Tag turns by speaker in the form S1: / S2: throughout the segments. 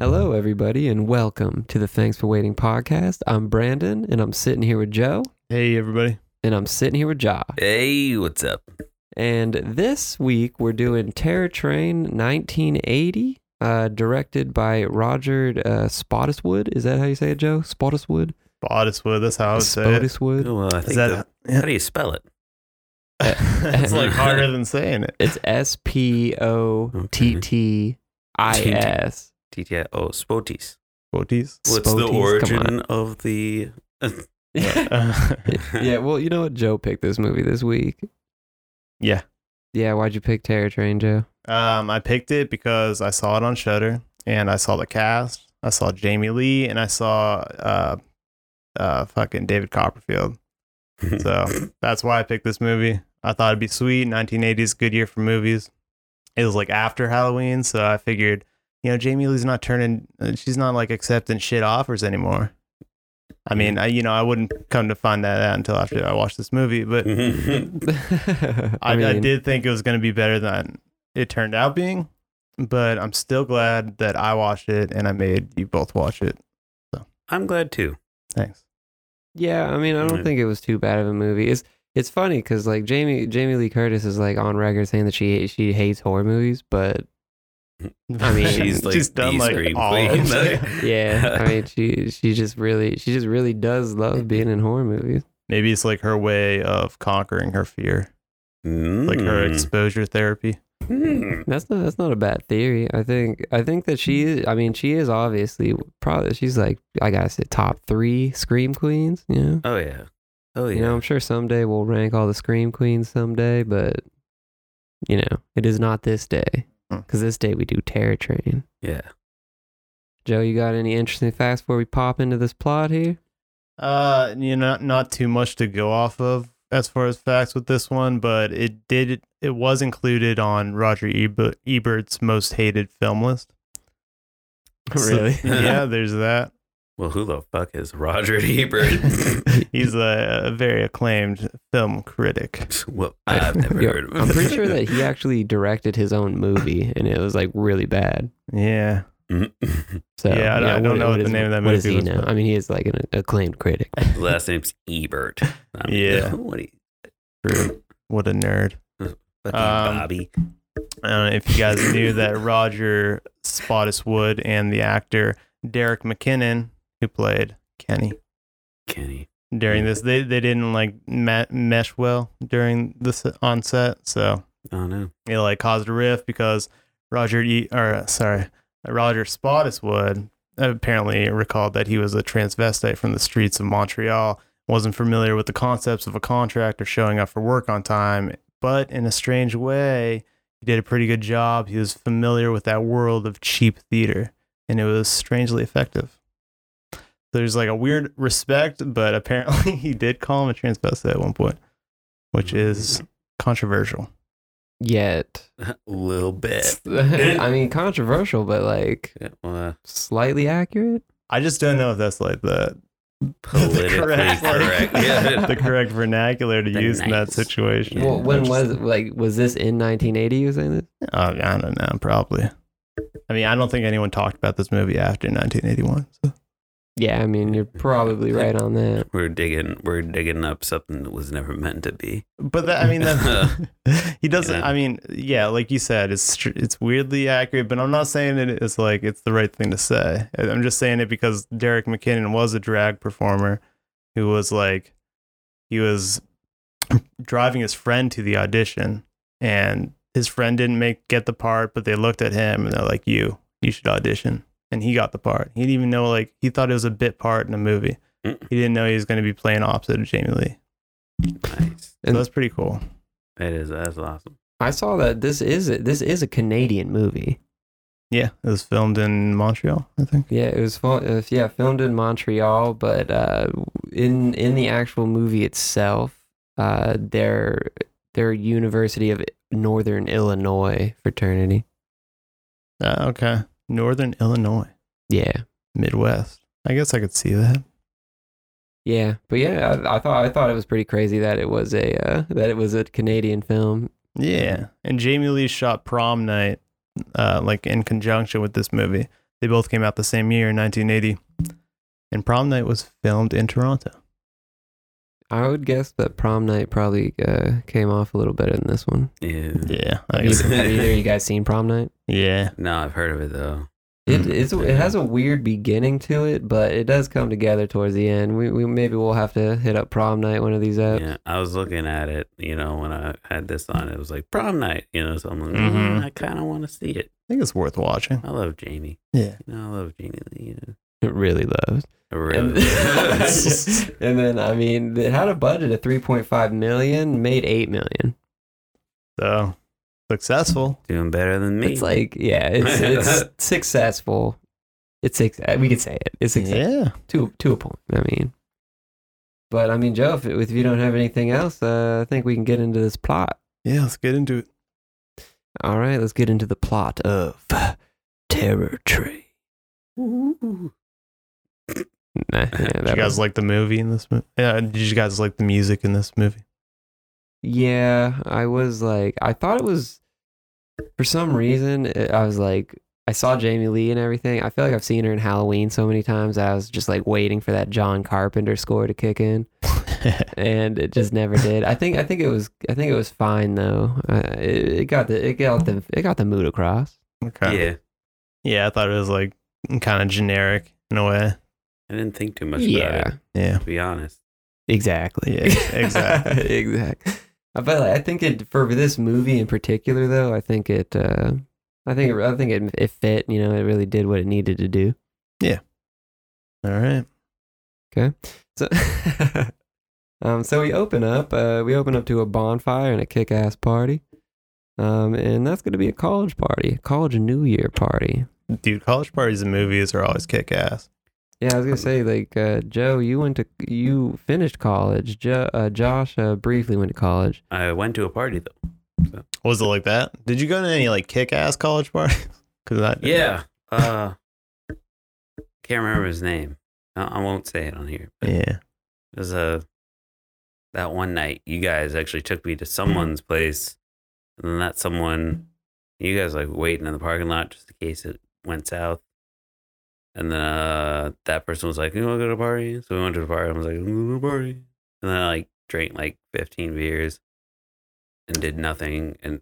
S1: Hello, everybody, and welcome to the Thanks for Waiting podcast. I'm Brandon, and I'm sitting here with Joe,
S2: Hey everybody.
S1: and I'm sitting here with Ja.
S3: Hey, what's up?
S1: And this week we're doing Terror Train 1980, uh, directed by Roger uh, Spottiswood. Is that how you say it, Joe? Spottiswood?
S2: Spottiswood, that's how I would say it.
S1: Spottiswood.
S3: Well, I
S2: Is
S3: think
S2: that
S3: the- how do you spell it?
S2: it's like harder than saying it.
S1: It's S P O T T I S.
S3: TTI. Oh, Spotis.
S2: Spotis.
S3: What's
S1: Spotis?
S3: the
S1: Come
S3: origin of the?
S2: Uh,
S1: Yeah, well, you know what? Joe picked this movie this week.
S2: yeah.
S1: Yeah, why'd you pick Terror Train, Joe?
S2: Um, I picked it because I saw it on Shutter and I saw the cast. I saw Jamie Lee and I saw uh uh fucking David Copperfield. So that's why I picked this movie. I thought it'd be sweet. 1980s, good year for movies. It was like after Halloween, so I figured, you know, Jamie Lee's not turning, uh, she's not like accepting shit offers anymore. I mean, I, you know, I wouldn't come to find that out until after I watched this movie, but
S3: Mm,
S2: I,
S1: I,
S2: I,
S1: mean,
S2: did think it was going to be better than it turned out being. But I'm still glad that I watched it and I made you both watch it.
S3: I'm glad too.
S2: Thanks.
S1: Yeah, I mean, I don't
S3: Mm.
S1: think it was too bad of a movie. It's it's funny because like Jamie Jamie Lee Curtis is like on record saying that she she hates horror movies, but I mean,
S3: She's like the scream queen.
S1: yeah, I mean, she she just really she just really does love being in horror movies.
S2: Maybe it's like her way of conquering her fear, like her
S3: Hmm.
S2: exposure therapy.
S3: Mm.
S1: That's not that's not a bad theory. I think I think that she is. I mean, she is obviously probably she's like I gotta say top three scream queens. You know,
S3: Oh yeah. Oh yeah.
S1: you know, I'm sure someday we'll rank all the scream queens someday, but you know, it is not this day
S2: Mm.
S1: because this day we do Terror Train.
S3: yeah.
S1: Joe, you got any interesting facts before we pop into this plot here?
S2: Uh, you know, not, not too much to go off of as far as facts with this one, but it did it was included on Roger Ebert, Ebert's most hated film list. So- yeah, there's that.
S3: Well, who the fuck is Roger Ebert?
S2: He's a, a very acclaimed film critic.
S3: well, I've never
S1: Yeah,
S3: heard of him.
S1: I'm pretty sure that he actually directed his own movie, and it was like really bad.
S2: Yeah,
S1: So
S2: Yeah, I don't- I don't know what the
S1: is-
S2: name of that
S1: what is
S2: movie
S1: he
S2: was,
S1: now?
S2: but-
S1: I mean, he is like an acclaimed critic.
S3: Last name's Ebert. I
S2: Yeah.
S3: What, do you,
S2: true. What a nerd.
S3: what do you,
S2: Um,
S3: Bobby?
S2: I don't know if you guys knew that Roger Spottiswoode and the actor Derek McKinnon, who played Kenny,
S3: Kenny.
S2: during this. They they didn't like me- mesh well during this onset, so
S3: Oh no.
S2: it like caused a rift because Roger e- or uh, sorry, Roger Spottiswood apparently recalled that he was a transvestite from the streets of Montreal, wasn't familiar with the concepts of a contractor showing up for work on time, but in a strange way, he did a pretty good job. He was familiar with that world of cheap theater, and it was strangely effective. There's like a weird respect, but apparently he did call him a transvestite at one point, which is controversial.
S1: Yet,
S3: A little bit.
S1: I mean, controversial, but like
S3: Yeah, well, uh,
S1: slightly accurate.
S2: I just don't know if that's like the
S3: politically correct.
S2: like,
S3: Yeah.
S2: the correct vernacular to
S3: The
S2: use in that
S3: nice.
S2: situation.
S1: Well, when
S2: Which-
S1: was like was this in 1980? You were saying this?
S2: Oh, I don't know, probably. I mean, I don't think anyone talked about this movie after 1981. So.
S1: Yeah, I mean, you're probably right on that.
S3: We're digging. We're digging up something that was never meant to be.
S2: But that, I mean, that, he doesn't.
S3: Yeah.
S2: I mean, yeah, like you said, it's tr- it's weirdly accurate. But I'm not saying it is like it's the right thing to say. I- I'm just saying it because Derek McKinnon was a drag performer who was like he was driving his friend to the audition, and his friend didn't make get the part. But they looked at him and they're like, "You, you should audition." And he got the part. He didn't even know like he thought it was a bit part in a movie.
S3: Mm.
S2: He didn't know he was going to be playing opposite of Jamie Lee.
S3: Nice.
S2: So
S1: And-
S2: that's pretty cool.
S3: That is. That's awesome.
S1: I saw that this is a, this is a Canadian movie.
S2: Yeah, it was filmed in Montreal, I think.
S1: Yeah, it was fil- uh, yeah filmed in Montreal, but uh, in in the actual movie itself, uh, their their University of Northern Illinois fraternity.
S2: Uh, okay. Northern Illinois,
S1: Yeah.
S2: Midwest. I guess I could see that.
S1: Yeah. But yeah, I, I thought I thought it was pretty crazy that it was a uh, that it was a Canadian film.
S2: Yeah, and Jamie Lee shot Prom Night, uh, like in conjunction with this movie. They both came out the same year, in 1980, and Prom Night was filmed in Toronto.
S1: I would guess that Prom Night probably uh, came off a little better than this one.
S3: Yeah.
S2: Yeah, I
S1: Have, you,
S2: guess.
S1: have either of you guys seen Prom Night?
S2: yeah,
S3: No, I've heard of it though.
S1: It it's, it has a weird beginning to it, but it does come together towards the end. We, we maybe we'll have to hit up Prom Night one of these apps.
S3: Yeah, I was looking at it, you know, when I had this on, it was like prom night, you know, so I'm like,
S2: Mhm.
S3: "Mm, I kind of want to see it.
S2: I think it's worth watching.
S3: I love Jamie.
S2: Yeah,
S3: You know, I love Jamie Lee. You know.
S1: It really loves.
S3: I
S1: And,
S3: really love-
S1: and then I mean, it had a budget of 3.5 million, made 8 million.
S2: so successful.
S3: doing better than me.
S1: It's like yeah, it's it's successful. It's suc- we could say it. It's successful.
S2: Yeah,
S1: to to a point. I mean, but I mean, Joe, if, if you don't have anything else, uh, I think we can get into this plot.
S2: yeah. Let's get into it.
S1: All right, let's get into the plot of Terror Tree. Nah, yeah,
S2: Did you
S1: that
S2: guys
S1: was-
S2: like the movie in this movie? Yeah, did you guys like the music in this movie?
S1: yeah, I was like, I thought it was for some reason. it- I was like, I saw Jamie Lee and everything. I feel like I've seen her in Halloween so many times. I was just like waiting for that John Carpenter score to kick in. and it just never did. I think I think it was I think it was fine though. Uh, it, it got the it got the it got the mood across.
S2: okay.
S3: yeah,
S2: yeah, I thought it was like kind of generic in a way.
S3: I didn't think too much about it.
S2: Yeah.
S3: To be honest,
S1: exactly.
S2: Yeah, exactly.
S1: exactly. I felt like I think it for this movie in particular though. I think it. Uh, I think it, I think it it fit. You know, it really did what it needed to do.
S2: All right.
S1: So, um, so we open up. Uh, we open up to a bonfire and a kick-ass party. Um, and that's going to be a college party, a college New Year party.
S2: Dude, college parties and movies are always kick ass.
S1: Yeah, I was gonna say like uh, Joe, you went to you finished college. Jo- uh, Josh uh, briefly went to college.
S3: I went to a party though.
S2: Was it like that? Did you go to any like kick ass college parties? Cause I did.
S3: Yeah, uh, can't remember his name. I, I won't say it on here. But
S2: Yeah.
S3: It was uh, that one night you guys actually took me to someone's place, and then that someone, you guys like waiting in the parking lot just in case it went south. And then uh, that person was like, "You want to go to a party?" So we went to the party. I was like, "I'm going to a party," and then I like drank like 15 beers and did nothing, and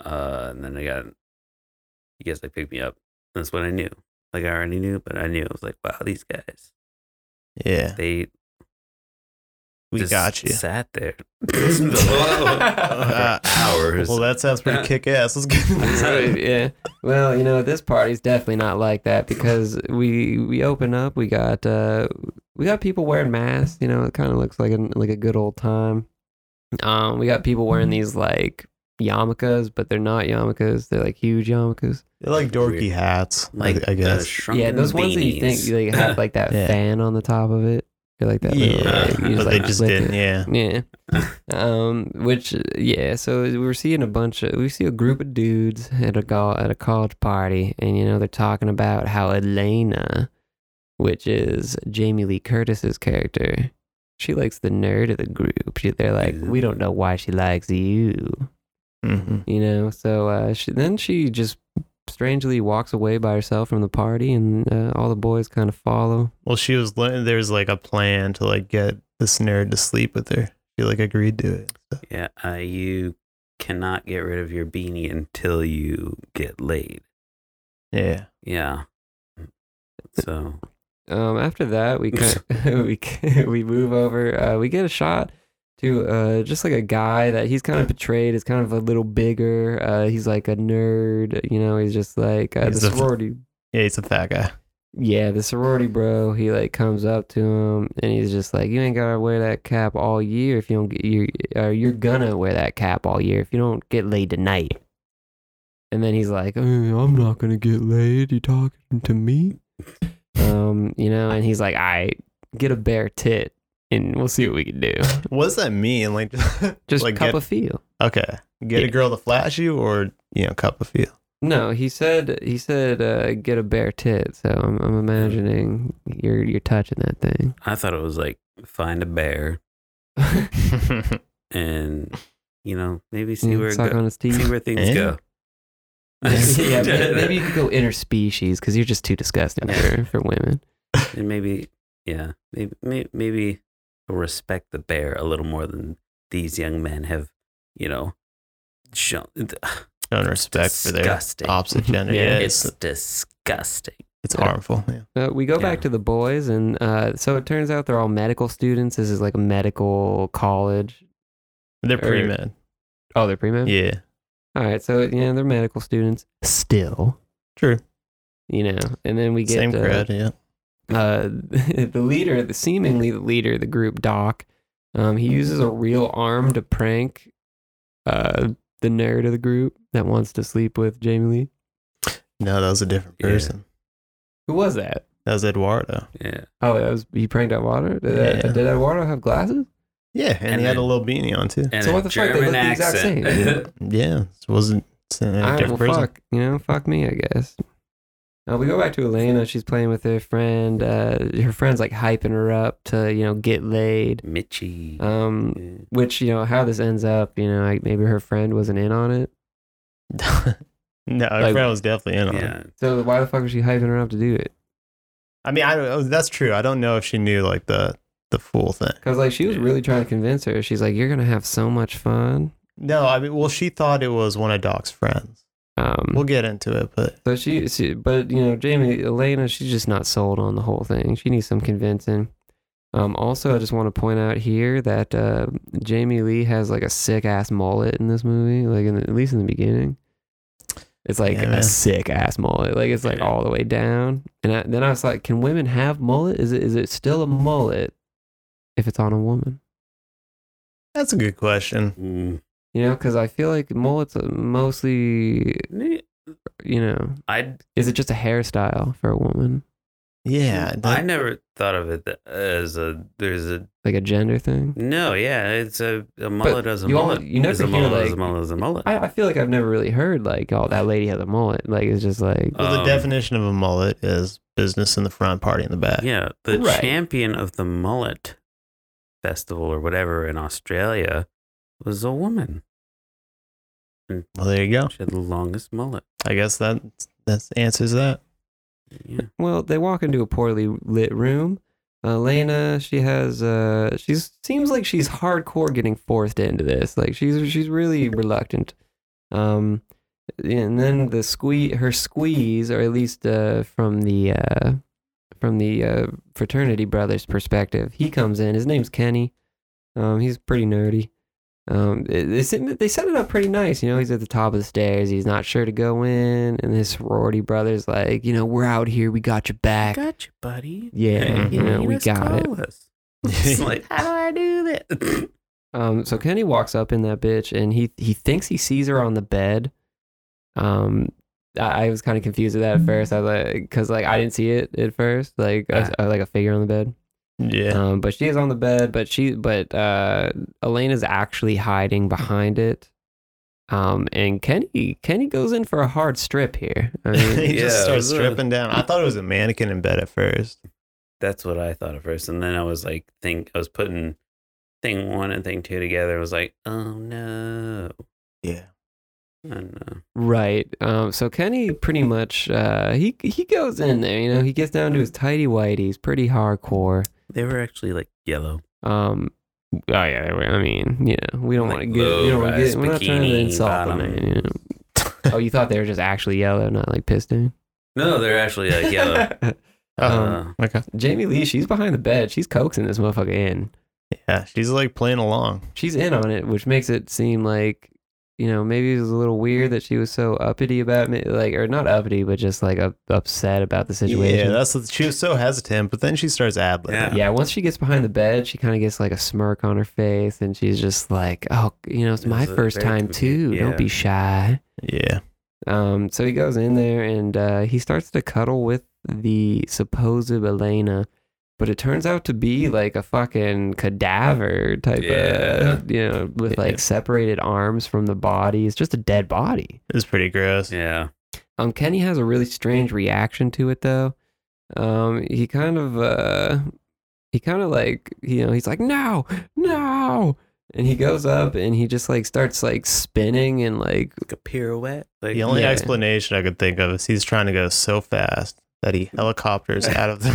S3: uh, and then I got you guys like picked me up. That's what I knew. Like I already knew, but I knew I was like, "Wow, these guys,
S2: Yeah.
S3: they
S2: We
S3: just
S2: got you.
S3: Sat there for hours.
S2: Well, that sounds pretty kick ass. Let's get into this.
S1: yeah. Well, you know this party's definitely not like that because we we open up. We got uh, we got people wearing masks. You know, it kind of looks like a like a good old time. Um, we got people wearing these like yarmulkes, but they're not yarmulkes. They're like huge yarmulkes.
S2: They're like dorky hats,
S3: like
S2: I, I
S3: The
S2: guess.
S3: shrunken
S1: yeah, those ones that you think
S3: beanies.
S1: you like, have like that
S2: Yeah.
S1: fan on the top of it. You're like that. little,
S2: yeah.
S1: like, you
S2: But they
S1: like,
S2: just
S1: flip
S2: didn't.
S1: it.
S2: Yeah.
S1: Yeah. um, which yeah, so we were seeing a bunch of we see a group of dudes at a go- at a college party, and you know they're talking about how Elena, which is Jamie Lee Curtis's character, she likes the nerd of the group. She, they're like, we don't know why she likes you,
S2: hmm
S1: you know. So uh, she, then she just strangely walks away by herself from the party, and uh, all the boys kind of follow.
S2: Well, she was, le- there's like a plan to like get this nerd to sleep with her. She like agreed to it.
S3: Yeah, uh, you cannot get rid of your beanie until you get laid.
S2: Yeah.
S3: Yeah. So
S1: Um, after that, we kind we we move over. Uh, we get a shot to uh, just like a guy that he's kind of portrayed as kind of a little bigger. Uh, he's like a nerd, you know. He's just like uh, the
S2: He's the-
S1: sorority.
S2: Yeah, he's a fat guy.
S1: yeah, the
S3: Mm.
S1: sorority bro. He like comes up to him and he's just like, "You ain't gotta wear that cap all year if you don't get you. Or you're gonna wear that cap all year if you don't get laid tonight." And then he's like, "Uh, "I'm not gonna get laid. You talking to me?" um, you know, and he's like, "I get a bare tit, and we'll see what we can do.
S2: What does that mean? Like,
S1: Just
S2: like
S1: cup
S2: get,
S1: of feel."
S2: okay, get
S1: Yeah.
S2: a girl to flash you, or you know, cup of feel.
S1: No, he said he said uh, get a bare tit. So I'm, I'm imagining you're you're touching that thing.
S3: I thought it was like find a bear and you know maybe see
S1: You
S3: where it
S1: Mm, suck
S3: go-
S1: on its
S3: see
S1: teeth.
S3: where things
S2: Eh?
S4: Yeah.
S3: go.
S1: yeah, maybe, maybe you could go interspecies because you're just too disgusting for, for women.
S3: and maybe yeah maybe maybe, maybe he'll respect the bear a little more than these young men have you know shown
S2: Showing respect for their
S3: disgusting
S2: opposite gender.
S1: Yeah,
S2: yeah,
S3: it's,
S2: it's
S3: disgusting
S2: it's harmful. Yeah.
S1: Uh, we go back
S3: Yeah.
S1: to the boys, and uh, so it turns out they're all medical students. This is like a medical college.
S2: They're
S1: Or-
S2: pre med.
S1: Oh, they're pre med.
S2: Yeah,
S1: All right, so yeah, they're medical students still.
S2: true.
S1: You know, and then we get
S2: Same
S1: uh,
S2: crowd. Yeah,
S1: uh, the leader, the seemingly the leader of the group, Doc, um, he uses a real arm to prank uh, the nerd of the group that wants to sleep with Jamie Lee.
S2: no, that was a different
S3: Yeah.
S2: person.
S1: Who was that?
S2: That was Eduardo.
S3: yeah
S1: Oh, that was he pranked Eduardo. Did,
S2: Yeah.
S1: did Eduardo have glasses?
S2: Yeah, and,
S3: And
S2: he had a
S3: then-
S2: little beanie on too.
S3: and
S1: So
S3: a
S1: what the fuck, they
S3: German
S1: look the exact
S3: accent
S1: same.
S2: Yeah, it wasn't it's a
S1: All right, well,
S2: different person.
S1: fuck. You know, fuck me, I guess. Uh, we go back to Elena. She's playing with her friend. Uh, her friend's like hyping her up to, you know, get laid.
S3: Mitchie
S1: Um,
S3: Yeah.
S1: which you know how this ends up. You know, like maybe her friend wasn't in on it.
S2: no,
S1: Like-
S2: like, Fred was definitely in on it.
S3: yeah
S1: So why the fuck was she hyping her up to do it?
S2: I mean, I oh, that's true. I don't know if she knew like the the full thing.
S1: Because like she was
S3: Yeah.
S1: really trying to convince her. She's like, "You're gonna have so much fun."
S2: No, I mean, well, she thought it was one of Doc's friends.
S1: Um,
S2: We'll get into it, but
S1: so she, she, but you know, Jamie, Elena, she's just not sold on the whole thing. She needs some convincing. Um, also, I just want to point out here that uh, Jamie Lee has like a sick ass mullet in this movie. Like, in the, at least in the beginning, it's like
S2: Yeah,
S1: a
S2: man.
S1: sick ass mullet. Like, it's like
S3: Yeah.
S1: all the way down. And I, then I was like, can women have mullet? Is it is it still a mullet if it's on a woman?
S2: that's a good question.
S3: Mm.
S1: You know, because I feel like mullets are mostly, you know,
S3: I
S1: is it just a hairstyle for a woman,
S2: Yeah,
S3: mm, I
S2: that-
S3: never thought of it th- as a there's a
S1: like a gender thing?
S3: no yeah it's a, a mullet as a
S1: you all-
S3: mullet
S1: you never
S3: as a
S1: hear,
S3: mullet as a
S1: like-
S3: mullet as a mullet
S1: I, I feel like I've never really heard like, oh, that lady has a mullet. Like it's just like,
S3: Uh,
S2: well, the
S3: um,
S2: definition of a mullet is business in the front, party in the back.
S3: Yeah, the
S1: Right.
S3: champion of the mullet festival or whatever in Australia was a woman.
S2: Well, there you go.
S3: She had the longest mullet.
S2: I guess that that answers that.
S3: Yeah.
S1: well, they walk into a poorly lit room. Elena, she has, uh, she seems like she's hardcore getting forced into this. Like she's she's really reluctant. Um, and then the squee her squeeze, or at least uh, from the uh, from the uh, fraternity brother's perspective, he comes in. His name's Kenny. Um, he's pretty nerdy. Um, it- they, set- they set it up pretty nice. You know, he's at the top of the stairs. He's not sure to go in, and his sorority brother's like, you know, we're out here. We got your
S3: I mm-hmm.
S1: back.
S3: got you, buddy.
S1: Yeah,
S2: Mhm.
S1: you know,
S3: You
S1: we
S3: just
S1: got it.
S3: call Us. It's like, how do I do that?
S1: Um, so Kenny walks up in that bitch, and he he thinks he sees her on the bed. Um, I, I was kind of confused with that at first. I was like, because like I didn't see it at first, like a- like a figure on the bed.
S3: Uh,
S2: Yeah,
S1: Um, but she is on the bed, but she but uh Elena's actually hiding behind it. Um, and Kenny Kenny goes in for a hard strip here. I mean,
S2: he
S3: Yeah, it
S2: just starts
S3: was a-
S2: stripping down. I thought it was a mannequin in bed at first.
S3: That's what I thought at first, and then I was like, think I was putting thing one and thing two together. I was like, oh no,
S2: Yeah,
S3: oh no.
S1: Right. Um, so Kenny pretty much uh, he he goes in there. You know, he gets down to his tidy whities, pretty hardcore.
S3: They were actually like yellow.
S1: Um, oh yeah, I mean, you know, we don't
S3: Like
S1: want to get, we don't want to
S3: low-rise
S1: get, we're not trying to
S3: bikini
S1: insult the
S3: bottom.
S1: man. You know? oh, you thought they were just actually yellow, not like piston.
S3: No, they're actually like yellow.
S1: Um,
S3: Uh,
S2: okay.
S1: Jamie Lee, she's behind the bed. She's coaxing this motherfucker in.
S2: Yeah, she's like playing along.
S1: She's in on it, which makes it seem like, you know, maybe it was a little weird that she was so uppity about me, like, or not uppity, but just like up, upset about the situation.
S2: Yeah, that's what- she was so hesitant, but then she starts ad
S3: Yeah.
S1: yeah, once she gets behind the bed, she kind of gets like a smirk on her face, and she's just like, "Oh, you know, it's my
S3: It's, uh,
S1: first
S3: very
S1: time too.
S3: confu-
S1: Don't
S3: yeah.
S1: be shy."
S2: yeah.
S1: Um, so he goes in there and uh, he starts to cuddle with the supposed Elena, but it turns out to be like a fucking cadaver type
S3: Yeah.
S1: of, you know, with
S2: Yeah.
S1: like separated arms from the body. It's just a dead body.
S2: It's pretty gross.
S3: yeah,
S1: Um, Kenny has a really strange reaction to it though. Um, he kind of uh, he kind of like you know he's like no no, and he goes up and he just like starts like spinning and like
S3: Like a pirouette. Like,
S2: The only
S1: Yeah.
S2: explanation I could think of is he's trying to go so fast that he helicopters out of the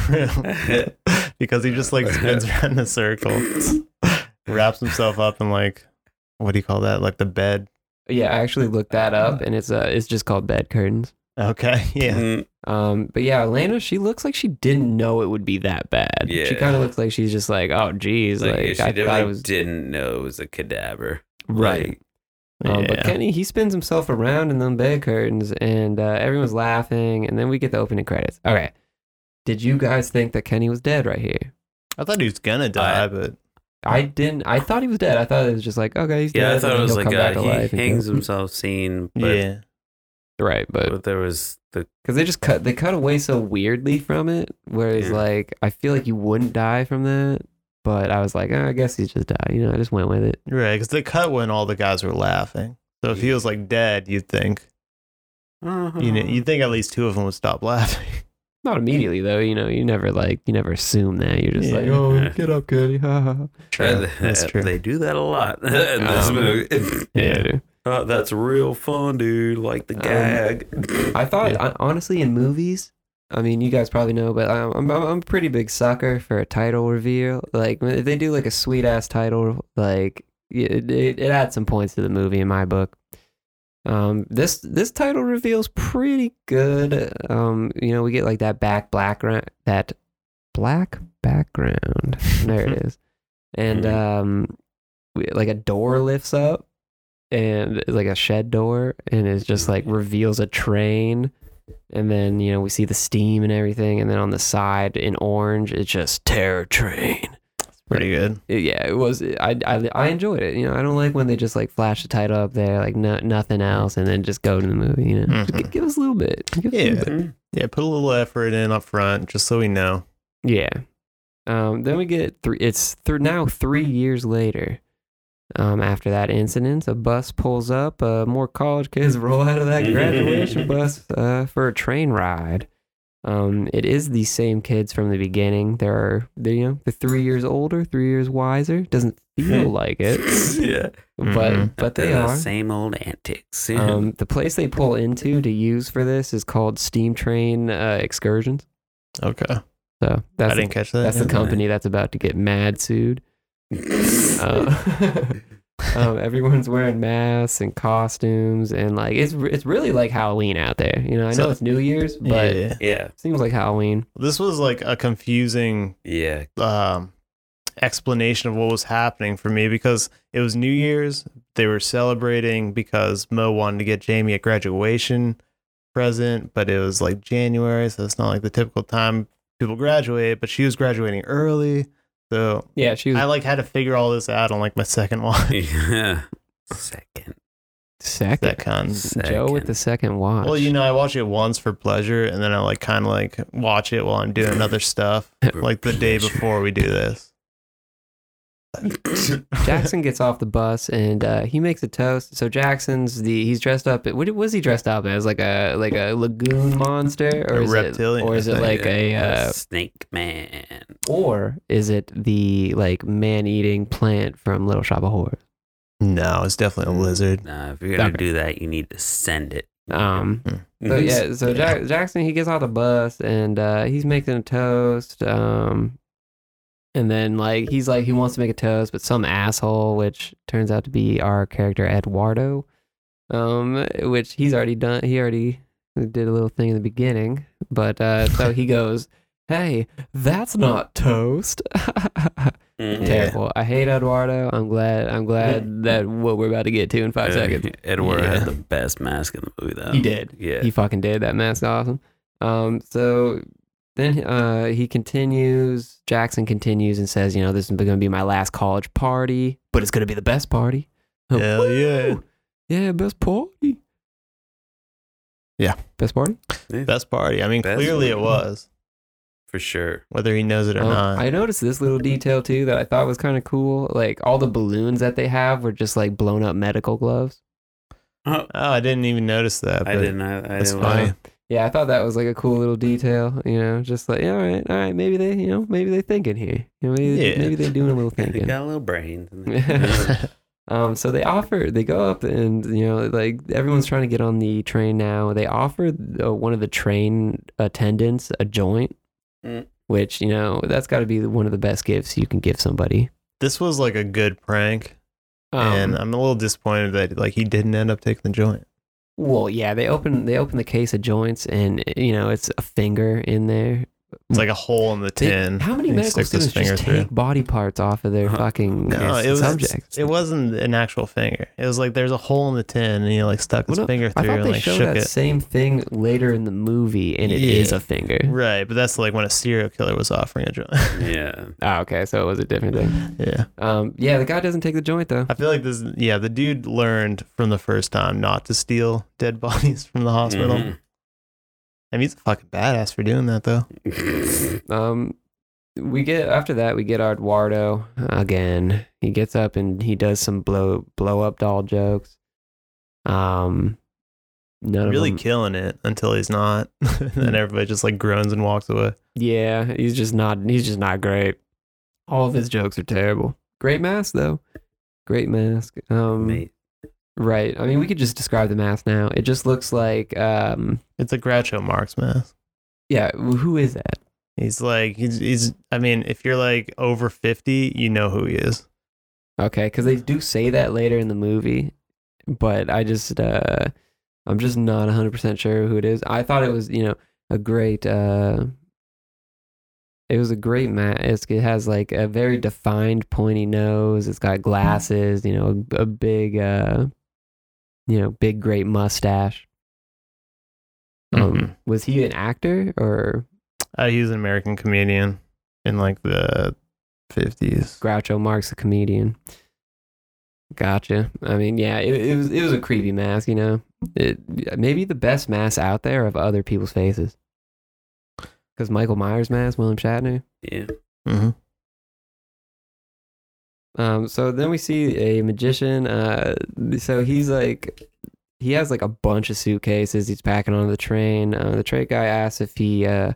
S2: room because he just like spins around in a circle, wraps himself up in like what do you call that? Like the bed.
S1: yeah. I actually looked that
S3: Uh-huh.
S1: up and it's uh it's just called bed curtains.
S2: Okay, yeah.
S3: Mm,
S1: Um, but yeah, Atlanta, she looks like she didn't know it would be that bad. She
S3: Yeah.
S1: kind of looks like she's just like, oh, geez,
S3: like,
S1: like,
S3: yeah, she
S1: I thought
S3: definitely
S1: it was
S3: didn't know it was a cadaver.
S1: right.
S3: Like,
S1: Um, But
S2: Yeah.
S1: Kenny, he spins himself around in them bed curtains, and uh, everyone's laughing, and then we get the opening credits. All right. Did you guys think that Kenny was dead right here?
S2: I thought he was gonna die, but
S1: I didn't. I thought he was dead. I thought it was just like, okay, he's
S3: yeah,
S1: dead.
S3: I thought
S1: and
S3: it was
S1: he'll
S3: like
S1: come back
S3: a,
S1: alive
S3: he
S1: and
S3: hangs
S1: kill-
S3: himself scene, but,
S2: yeah,
S1: Right, but
S3: but there was the
S1: because they just cut, they cut away so weirdly from it. Whereas,
S3: Yeah.
S1: like, I feel like you wouldn't die from that, but I was like, oh, I guess he's just died. You know, I just went with it.
S2: right. Because they cut when all the guys were laughing. So if he was like dead, you'd think you know you'd think at least two of them would stop laughing.
S1: Not immediately though, you know. You never like, you never assume that. You're just like,
S2: Yeah.
S1: oh, get up, Kenny. Ha ha. ha."
S3: Uh,
S2: That's true.
S3: They do that a lot in this
S1: Um,
S3: movie.
S1: Yeah, dude.
S3: Uh, that's real fun, dude. Like the
S1: Um,
S3: gag.
S1: I thought I, honestly in movies. I mean, you guys probably know, but I'm I'm, I'm a pretty big sucker for a title reveal. Like if they do like a sweet ass title, like it, it, it adds some points to the movie in my book. Um, this this title reveal's pretty good. Um, you know, we get like that back background, that black background. There
S2: Mm-hmm.
S1: it is, and
S3: Mhm.
S1: um, we, like a door lifts up, and it's like a shed door, and it's just like reveals a train, and then you know we see the steam and everything, and then on the side in orange, it's just terror train
S2: Pretty good.
S1: yeah, it was. I, I I enjoyed it. You know, I don't like when they just like flash the title up there, like no, nothing else, and then just go to the movie. You know, Just gi-
S2: Mhm.
S1: give us a little bit. Give us a little
S2: Yeah.
S1: bit.
S3: Mhm.
S2: Yeah, put a little effort in up front just so we know.
S1: yeah. Um, then we get three. It's thr now three years later. Um, after that incident, a bus pulls up. Uh, more college kids roll out of that graduation bus uh, for a train ride. Um, it is the same kids from the beginning. There are, they, you know, they're three years older, three years wiser. Doesn't feel like it,
S3: yeah.
S1: but
S2: Mhm.
S1: but they
S3: Mm-hmm. They're
S1: are
S3: the same old antics. yeah.
S1: Um, the place they pull into to use for this is called Steam Train uh, Excursions.
S2: Okay.
S1: So that's
S2: I
S1: the,
S2: didn't catch that.
S1: that's the
S3: yeah.
S1: company that's about to get mad sued. Uh, um, everyone's wearing masks and costumes, and like it's re- it's really like Halloween out there. You know, I know
S2: So-
S1: it's New Year's, but
S2: Yeah.
S3: yeah.
S1: it seems like Halloween.
S2: This was like a confusing
S3: Yeah.
S2: um, explanation of what was happening for me because it was New Year's. They were celebrating because Mo wanted to get Jamie a graduation present, but it was like January, so it's not like the typical time people graduate, but she was graduating early. So
S1: Yeah, she was
S2: I like had to figure all this out on like my second watch.
S3: Yeah. Second.
S1: second.
S2: Second.
S1: Joe with
S3: second.
S1: the second watch.
S2: Well, you know, I watch it once for pleasure, and then I like kind of like watch it while I'm doing other stuff,
S3: For
S2: like the day
S3: pleasure.
S2: before we do this.
S1: Jackson gets off the bus and uh, he makes a toast. So Jackson's the he's dressed up. What was he dressed up as? Like a like a lagoon monster or
S2: A
S1: is
S2: reptilian,
S1: It, or
S2: I
S1: is it
S2: think.
S1: like a
S3: Yeah,
S1: uh,
S3: snake man.
S1: or is it the like man eating plant from Little Shop of Horrors?
S2: No, it's definitely a lizard.
S3: Nah, if you're gonna
S1: Okay.
S3: do that, you need to send it.
S1: Um,
S3: Mm-hmm.
S1: so yeah, so Jack- Jackson he gets off the bus and uh, he's making a toast. Um, and then like he's like he wants to make a toast, but some asshole, which turns out to be our character Eduardo, um, which he's already done. He already did a little thing in the beginning, but uh, so he goes, "Hey, that's not toast."
S3: Mm.
S2: Yeah.
S1: Terrible. I hate Eduardo. I'm glad. I'm glad that what we're about to get to in five
S3: Uh,
S1: seconds.
S3: Edward
S1: Yeah.
S3: had the best mask in the movie, though.
S1: He did.
S3: Yeah.
S1: He fucking did. That mask awesome. Um, so then uh, he continues. Jackson continues and says, you know, this is going to be my last college party, but it's going to be the best party.
S2: Hell yeah.
S1: Woo! Yeah, best party.
S2: Yeah.
S1: Best party?
S2: Best party. I mean,
S3: Best
S2: clearly it
S3: party.
S2: was,
S3: for sure.
S2: whether he knows it or
S1: Um,
S2: not.
S1: I noticed this little detail too that I thought was kind of cool. Like all the balloons that they have were just like blown up medical gloves.
S3: Oh,
S2: Oh, I didn't even notice that.
S3: I
S2: but
S3: didn't. I, I
S2: That's
S3: didn't.
S2: funny.
S1: Yeah, I thought that was like a cool little detail, you know, just like, yeah, all right, all right, maybe they, you know, maybe they thinking here. You know, maybe,
S2: Yeah.
S1: maybe they're doing a little
S3: They
S1: thinking.
S3: got a little brains. in there.
S1: Yeah. Um, so they offer, they go up and, you know, like everyone's trying to get on the train now. They offer uh, one of the train attendants a joint,
S3: Mm.
S1: which, you know, that's got to be one of the best gifts you can give somebody.
S2: this was like a good prank,
S1: Um,
S2: and uh, I'm a little disappointed that like he didn't end up taking the joint.
S1: well, yeah, they open, they open the case of joints and, you know, it's a finger in there.
S2: It's like a hole in the
S1: They-
S2: tin.
S1: how many
S2: and he
S1: medical
S2: sticks his
S1: students just
S2: finger through. Uh-huh.
S1: take body parts off of their
S3: Uh,
S1: fucking
S2: No, it was
S1: subjects?
S2: it wasn't an actual finger. It was like there's a hole in the tin, and he like stuck his
S1: Well, no,
S2: finger
S1: I
S2: through
S1: thought
S2: and
S1: they
S2: like
S1: showed
S2: shook
S1: that
S2: it.
S1: same thing later in the movie, and it is
S2: Yeah.
S1: a finger.
S2: Right, but that's like when a serial killer was offering a joint.
S3: yeah.
S1: Oh, okay, so it was a different thing.
S2: yeah,
S1: Um, yeah, the guy doesn't take the joint though.
S2: I feel like this. Yeah, the dude learned from the first time not to steal dead bodies from the hospital.
S3: Mhm.
S2: I mean, he's a fucking badass for doing that though.
S3: Mm-hmm.
S1: Um, we get after that we get our Eduardo again. He gets up and he does some blow blow up doll jokes. Um, none
S2: really
S1: of them.
S2: killing it until he's not, and then everybody just like groans and walks away.
S1: Yeah, he's just not. He's just not great. All of his jokes are terrible. Great mask though. Great mask. Um,
S3: Mate.
S1: right. I mean, we could just describe the mask now. It just looks like um.
S2: It's a Groucho Marx mask.
S1: Yeah, who is that?
S2: He's like he's, he's I mean, if you're like over fifty, you know who he is.
S1: Okay, because they do say that later in the movie, but I just uh, I'm just not 100 percent sure who it is. I thought it was you know a great uh, it was a great mask. It has like a very defined pointy nose. It's got glasses. You know, a, a big uh, you know big great mustache. Um,
S2: Mhm.
S1: was he an actor or
S2: Uh, he was an American comedian in like the fifties.
S1: Groucho Marx, a comedian. Gotcha. I mean, yeah, it, it was it was a creepy mask, you know. It maybe the best mask out there of other people's faces. Because Michael Myers mask, William Shatner.
S3: Yeah.
S2: Mm-hmm.
S1: Um, so then we see a magician. Uh, so he's like, he has like a bunch of suitcases. He's packing onto the train. Uh, the train guy asks if he, uh,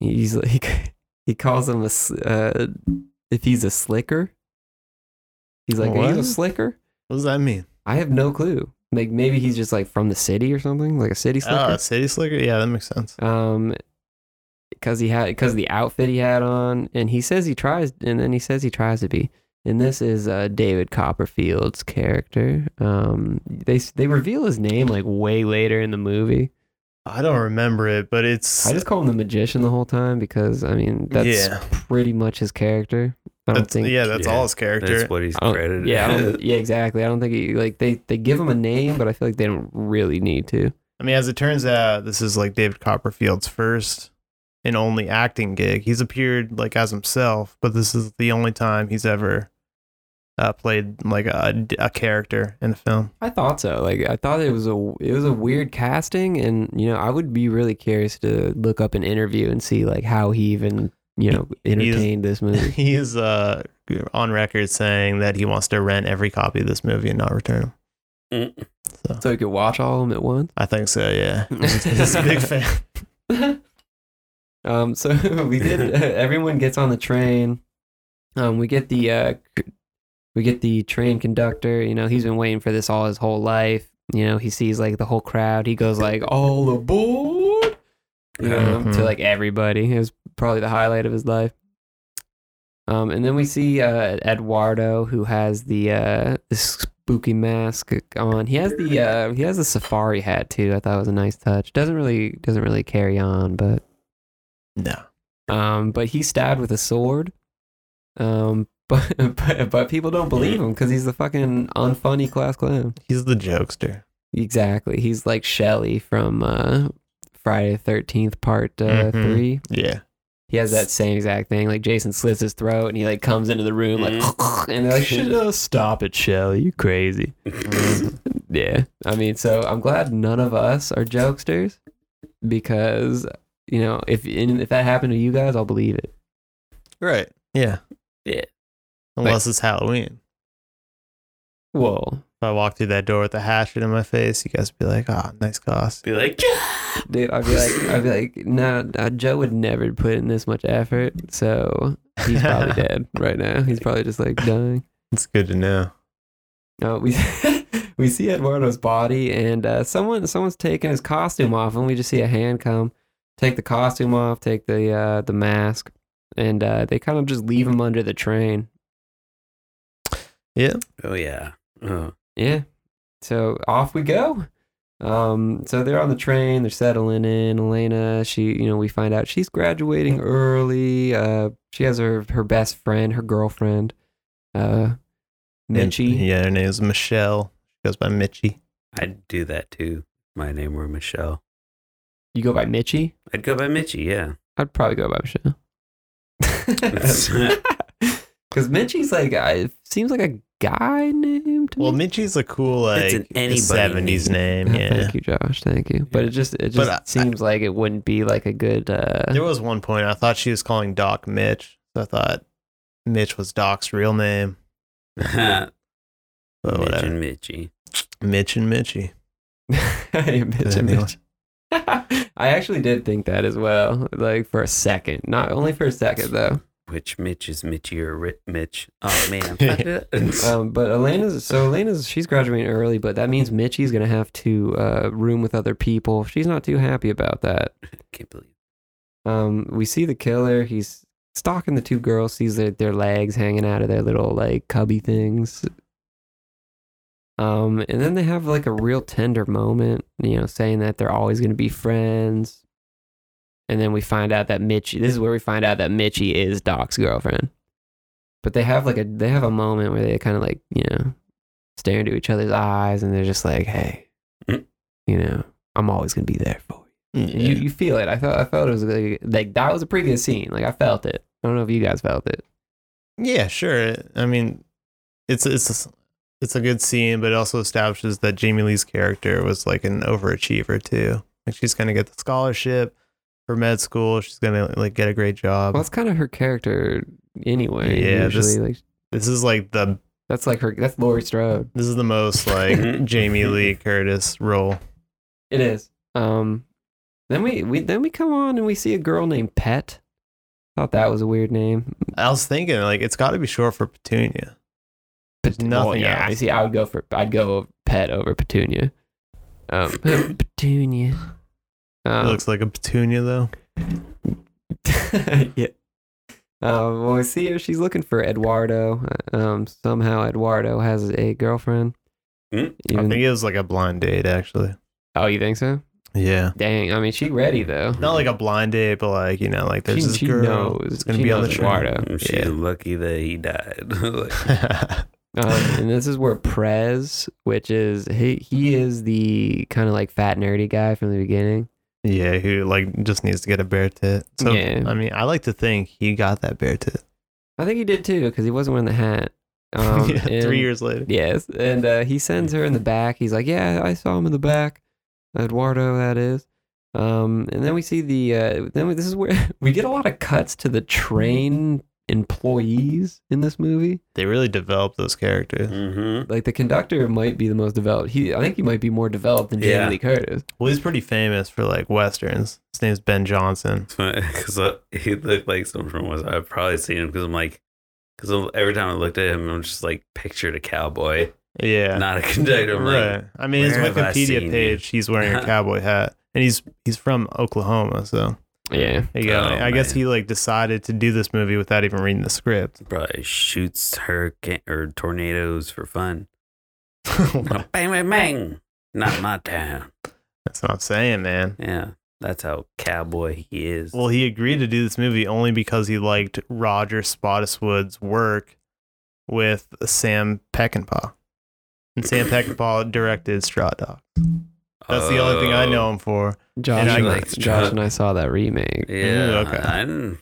S1: he's like, he calls him a, s- uh, if he's a slicker. He's like, are you a
S2: What?
S1: slicker?
S2: What does that mean?
S1: I have no clue. Like maybe he's just like from the city or something, like a city
S2: Oh,
S1: slicker.
S2: city slicker. Yeah, that makes sense.
S1: Um, because he had because the outfit he had on, and he says he tries, and then he says he tries to be. And this is uh, David Copperfield's character. Um, they s- they reveal his name like way later in the movie.
S2: I don't remember it, but it's
S1: I just call him the magician the whole time because I mean that's
S2: yeah.
S1: pretty much his character. I don't
S2: That's,
S1: think
S2: yeah, that's
S3: Yeah,
S2: all his character.
S3: That's what he's
S1: I don't-
S3: credited.
S1: yeah, I
S3: as.
S1: don't, yeah, exactly. I don't think he like they they give him a name, but I feel like they don't really need to.
S2: I mean, as it turns out, this is like David Copperfield's first and only acting gig. He's appeared like as himself, but this is the only time he's ever uh, played like a, a character in a film.
S1: I thought so. Like I thought it was a it was a weird casting, and you know I would be really curious to look up an interview and see like how he even you know
S2: He is-
S1: entertained this movie.
S2: he is uh, on record saying that he wants to rent every copy of this movie and not return them.
S3: Mm.
S2: So
S1: So you could watch all of them at once.
S2: I think so. Yeah, he's a big fan.
S1: um. So we did. uh, Everyone gets on the train. Um. We get the uh. c- We get the train conductor. You know he's been waiting for this all his whole life. You know he sees like the whole crowd. He goes like all aboard. You know,
S2: Mhm.
S1: to like everybody. It was probably the highlight of his life. Um, and then we see uh, Eduardo, who has the uh, the spooky mask on. He has the uh, he has a safari hat too. I thought it was a nice touch. Doesn't really doesn't really carry on, but
S2: No,
S1: um, but he's stabbed with a sword. Um, but but, but people don't believe him because he's the fucking unfunny class clown.
S2: he's the jokester.
S1: Exactly, he's like Shelley from uh, Friday the Thirteenth Part uh,
S2: Mhm.
S1: Three.
S2: Yeah,
S1: He has that same exact thing. Like Jason slits his throat, and he like comes into the room like, and they're like, "Shut up, uh, "Stop it, Shelly! You crazy?" Yeah, I mean, so I'm glad none of us are jokesters, because you know, if and if that happened to you guys, I'll believe it.
S2: right. Yeah,
S3: Yeah.
S2: Unless it's Halloween.
S1: Well,
S2: If I walked through that door with a hatchet in my face, you guys would be like, "Ah, nice cost."
S3: Be like,
S1: Dude, I'd be like, I'd be like, no, no, Joe would never put in this much effort, so he's probably dead right now. He's probably just like dying.
S2: It's good to know.
S1: No, Uh, we we see Eduardo's body, and uh, someone someone's taking his costume off, and we just see a hand come, take the costume off, take the uh, the mask, and uh, they kind of just leave him under the train.
S2: Yeah.
S3: oh yeah, oh,
S1: Yeah, so off we go. Um, so they're on the train, they're settling in. Elena, she, you know, we find out she's graduating early. Uh, she has her her best friend, her girlfriend, uh,
S2: And-
S1: Mitchie.
S2: yeah, her name is Michelle. She goes by Mitchie.
S3: I'd do that too. if My name were Michelle.
S1: You go by Mitchie.
S3: I'd go by Mitchie. Yeah,
S1: I'd probably go by Michelle. Because Mitchie's like, I, seems like a guy name to
S2: Well,
S1: me.
S2: Mitchie's a cool
S3: That's
S2: like
S3: an anybody
S2: seventies name.
S1: Ah,
S2: Yeah.
S1: Thank you, Josh. Thank you. But it just it just
S2: I-
S1: seems like it wouldn't be like a good. uh
S2: There was one point I thought she was calling Doc Mitch. So I thought Mitch was Doc's real name.
S3: Mitch
S2: But whatever.
S3: and Mitchie.
S2: Mitch and Mitchie.
S1: Hey, Mitch,
S2: Anyway.
S1: Mitch. I actually did think that as well, like for a second. Not only for a second though.
S3: Which Mitch is Mitchie or Ri- Mitch? Oh man, I did it.
S1: Um, but Elena's so Elena's she's graduating early, but that means Mitchie's gonna have to uh, room with other people. She's not too happy about that.
S3: can't believe.
S1: Um, we see the killer. He's stalking the two girls. Sees their, their legs hanging out of their little like cubby things. Um, and then they have like a real tender moment. You know, saying that they're always going to be friends. And then we find out that Mitchie. This is where we find out that Mitchie is Doc's girlfriend. But they have like a they have a moment where they kind of like you know stare into each other's eyes, and they're just like, hey,
S3: Mm.
S1: you know, I'm always going to be there for you. And You
S2: Yeah.
S1: you feel it. I felt I felt it was like, like that was a pretty good scene. Like I felt it. I don't know if you guys felt it.
S2: Yeah, sure. I mean, it's it's it's a good scene, but it also establishes that Jamie Lee's character was like an overachiever too. Like she's gonna get the scholarship for med school. She's gonna like get a great job.
S1: Well, that's kind of her character anyway.
S2: Yeah,
S1: usually
S2: just-
S1: like
S2: This is like the
S1: that's like her. That's Laurie Strode.
S2: this is the most like Jamie Lee Curtis role.
S1: It is. Um, then we we then we come on and we see a girl named Pet. Thought that was a weird name.
S2: I was thinking like it's got to be short for Petunia.
S1: Pet-
S2: nothing
S1: well, yeah.
S2: else.
S1: See, I would go for I'd go Pet over Petunia. Um, Petunia. Um,
S2: it looks like a Petunia though.
S1: yeah. Um, well, we see her. She's looking for Eduardo. Um, somehow Eduardo has a girlfriend.
S3: Mm,
S2: I
S1: Even-
S2: think it was like a blind date actually.
S1: oh, you think so?
S2: Yeah,
S1: Dang. I mean, she ready though.
S2: not like a blind date, but like you know, like there's
S1: She-
S2: this
S1: she
S2: girl.
S1: knows-
S2: It's gonna
S1: she
S2: be on the
S1: knows
S2: train. Mm,
S1: Eduardo.
S3: Mm, She's
S2: Yeah.
S3: lucky that he died. Like,
S1: Um, and this is where Prez, which is he, he is the kind of like fat nerdy guy from the beginning.
S2: Yeah, who like just needs to get a bear tit. So
S1: Yeah.
S2: I mean, I like to think he got that bear tit.
S1: I think he did too because he wasn't wearing the hat. Um,
S2: Yeah,
S1: and-
S2: three years later.
S1: Yes, and uh, he sends her in the back. He's like, "Yeah, I saw him in the back, Eduardo, that is." Um, and then we see the uh, then we, this is where we get a lot of cuts to the train employees in this movie.
S2: They really developed those characters.
S3: mm-hmm.
S1: Like the conductor might be the most developed. He, I think, he might be more developed than Jamie
S3: Yeah.
S1: Lee Curtis.
S2: Well, he's pretty famous for like westerns. His name's Ben Johnson.
S3: because he looked like someone from West. I've probably seen him because I'm like, because every time I looked at him, I'm just like pictured a cowboy,
S2: Yeah,
S3: not a conductor. I'm like,
S2: right. I mean, his
S3: where have I seen
S2: Wikipedia
S3: you?
S2: page. He's wearing a cowboy hat, and he's he's from Oklahoma. So
S1: Yeah,
S2: there you go.
S3: Oh,
S2: I guess
S3: man.
S2: he like decided to do this movie without even reading the script.
S3: probably shoots hurricane or tornadoes for fun. bang bang bang! Not my town.
S2: That's what I'm saying, man.
S3: Yeah, that's how cowboy he is.
S2: Well, he agreed to do this movie only because he liked Roger Spottiswood's work with Sam Peckinpah. And Sam Peckinpah directed Straw Dog. That's the only thing I know him for.
S1: Josh,
S2: And
S1: and
S2: I
S1: I,
S3: liked
S1: Josh
S3: Chuck.
S1: and I saw that remake.
S3: Oh, Yeah,
S2: Mm, okay.
S3: I didn't-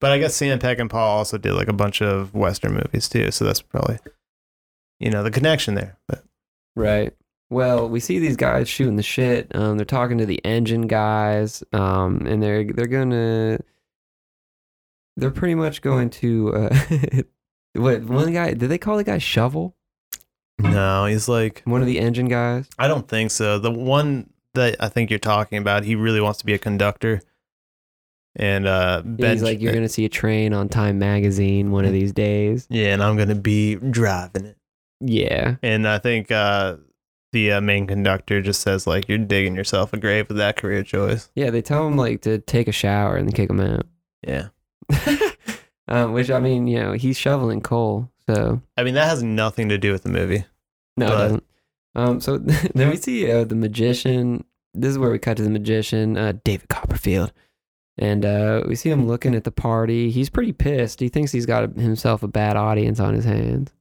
S2: But I guess Sam Peckinpah also did like a bunch of Western movies too. So that's probably, you know, the connection there. But
S1: Right. Well, we see these guys shooting the shit. Um, they're talking to the engine guys, um, and they're they're gonna they're pretty much going to uh, what one guy did they call the guy shovel?
S2: No, he's like
S1: One of the engine guys.
S2: I don't think so. The one that I think you're talking about, he really wants to be a conductor. And uh
S1: Yeah,
S2: bench,
S1: he's like, you're gonna see a train on Time Magazine one of these days.
S2: Yeah, and I'm gonna be driving it.
S1: Yeah.
S2: And I think uh the uh, main conductor just says like you're digging yourself a grave with that career choice.
S1: Yeah, they tell him like to take a shower and kick him out.
S2: Yeah.
S1: um, which I mean, you know, he's shoveling coal, so
S2: I mean that has nothing to do with the movie.
S1: no, it
S2: But-
S1: doesn't. Um, so then we see uh, the magician. This is where we cut to the magician, uh, David Copperfield, and uh, we see him looking at the party. He's pretty pissed. He thinks he's got a, himself a bad audience on his hands.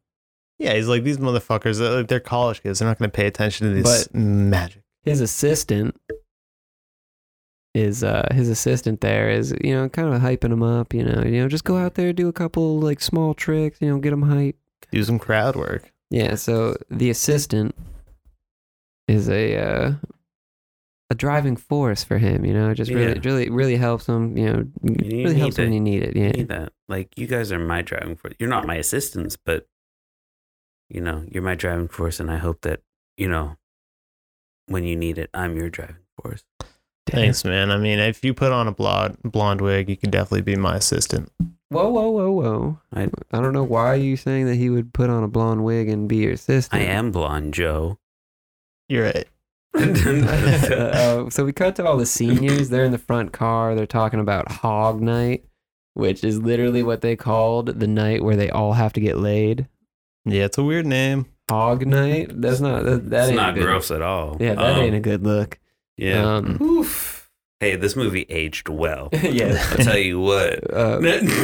S2: Yeah, he's like these motherfuckers. They're, like, they're college kids. They're not going to pay attention to this
S1: But-
S2: magic.
S1: His assistant is uh his assistant there is you know kind of hyping him up you know you know just go out there do a couple like small tricks you know get him hype
S2: Do some crowd work.
S1: Yeah, so the assistant is a uh, a driving force for him, you know, it just really
S3: Yeah.
S1: really really helps him, you know,
S3: you
S1: really
S3: need
S1: helps him when
S3: it.
S1: you need it.
S3: I
S1: Yeah.
S3: need that. Like you guys are my driving force. You're not my assistants, but you know, you're my driving force and I hope that, you know, when you need it, I'm your driving force.
S2: Thanks, man. I mean, if you put on a blonde blonde wig, you could definitely be my assistant.
S1: Whoa, whoa, whoa, whoa. I,
S3: I-
S1: I don't know why you saying that he would put on a blonde wig and be your assistant.
S3: I am blonde Joe.
S2: You're right.
S1: uh, so we cut to all the seniors. They're in the front car. They're talking about Hog Night, which is literally what they called the night where they all have to get laid.
S2: Yeah, it's a weird name.
S1: Hog Night? That's not that, that
S3: it's
S1: ain't
S3: not
S1: a good,
S3: gross at all.
S1: Yeah, that
S3: Um,
S1: ain't a good look.
S3: Yeah.
S1: Um,
S3: Oof. Hey, this movie aged well.
S1: yeah.
S3: I'll tell you what.
S1: Uh,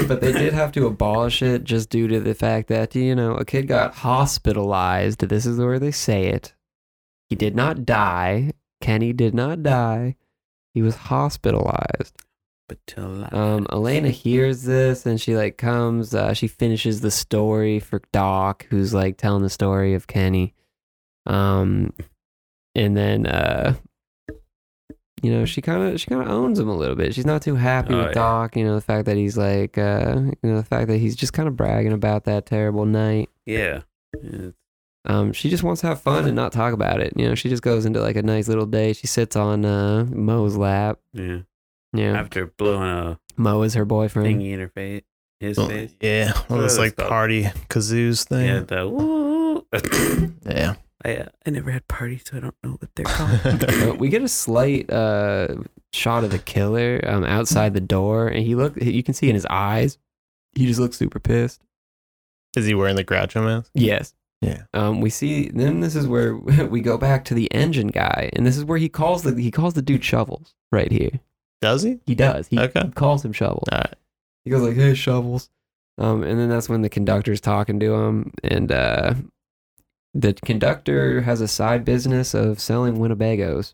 S1: but they did have to abolish it just due to the fact that, you know, a kid got hospitalized. This is where they say it. He did not die. Kenny did not die. He was hospitalized.
S3: But till I-
S1: Um, Elena hears this and she like comes. Uh, she finishes the story for Doc, who's like telling the story of Kenny. Um, and then uh, you know she kind of she kind of owns him a little bit. She's not too happy
S3: Oh,
S1: with
S3: yeah.
S1: Doc. You know the fact that he's like uh, you know the fact that he's just kind of bragging about that terrible night.
S3: yeah. Yeah.
S1: Um, she just wants to have fun and not talk about it. You know she just goes into like a nice little day. She sits on uh, Mo's lap.
S3: yeah.
S1: Yeah,
S3: After blowing a
S1: Mo is her boyfriend.
S3: thingy in her face, his face.
S2: Yeah, one of those
S3: that's
S2: like
S3: called-
S2: party kazoos thing.
S3: Yeah, the woo.
S2: Yeah.
S3: I, uh, I never had parties, so I don't know what they're called.
S1: Uh, we get a slight uh, shot of the killer um, outside the door, and he look. You can see in his eyes, he just looks super pissed.
S2: Is he wearing the Groucho mask?
S1: Yes.
S2: Yeah.
S1: Um, we see. Then this is where we go back to the engine guy, and this is where he calls the he calls the dude shovels right here.
S2: Does he?
S1: He does. He
S2: Okay.
S1: calls him shovels.
S2: All right.
S1: He goes like, "Hey, shovels," um, and then that's when the conductor's talking to him, and uh, the conductor has a side business of selling Winnebagos.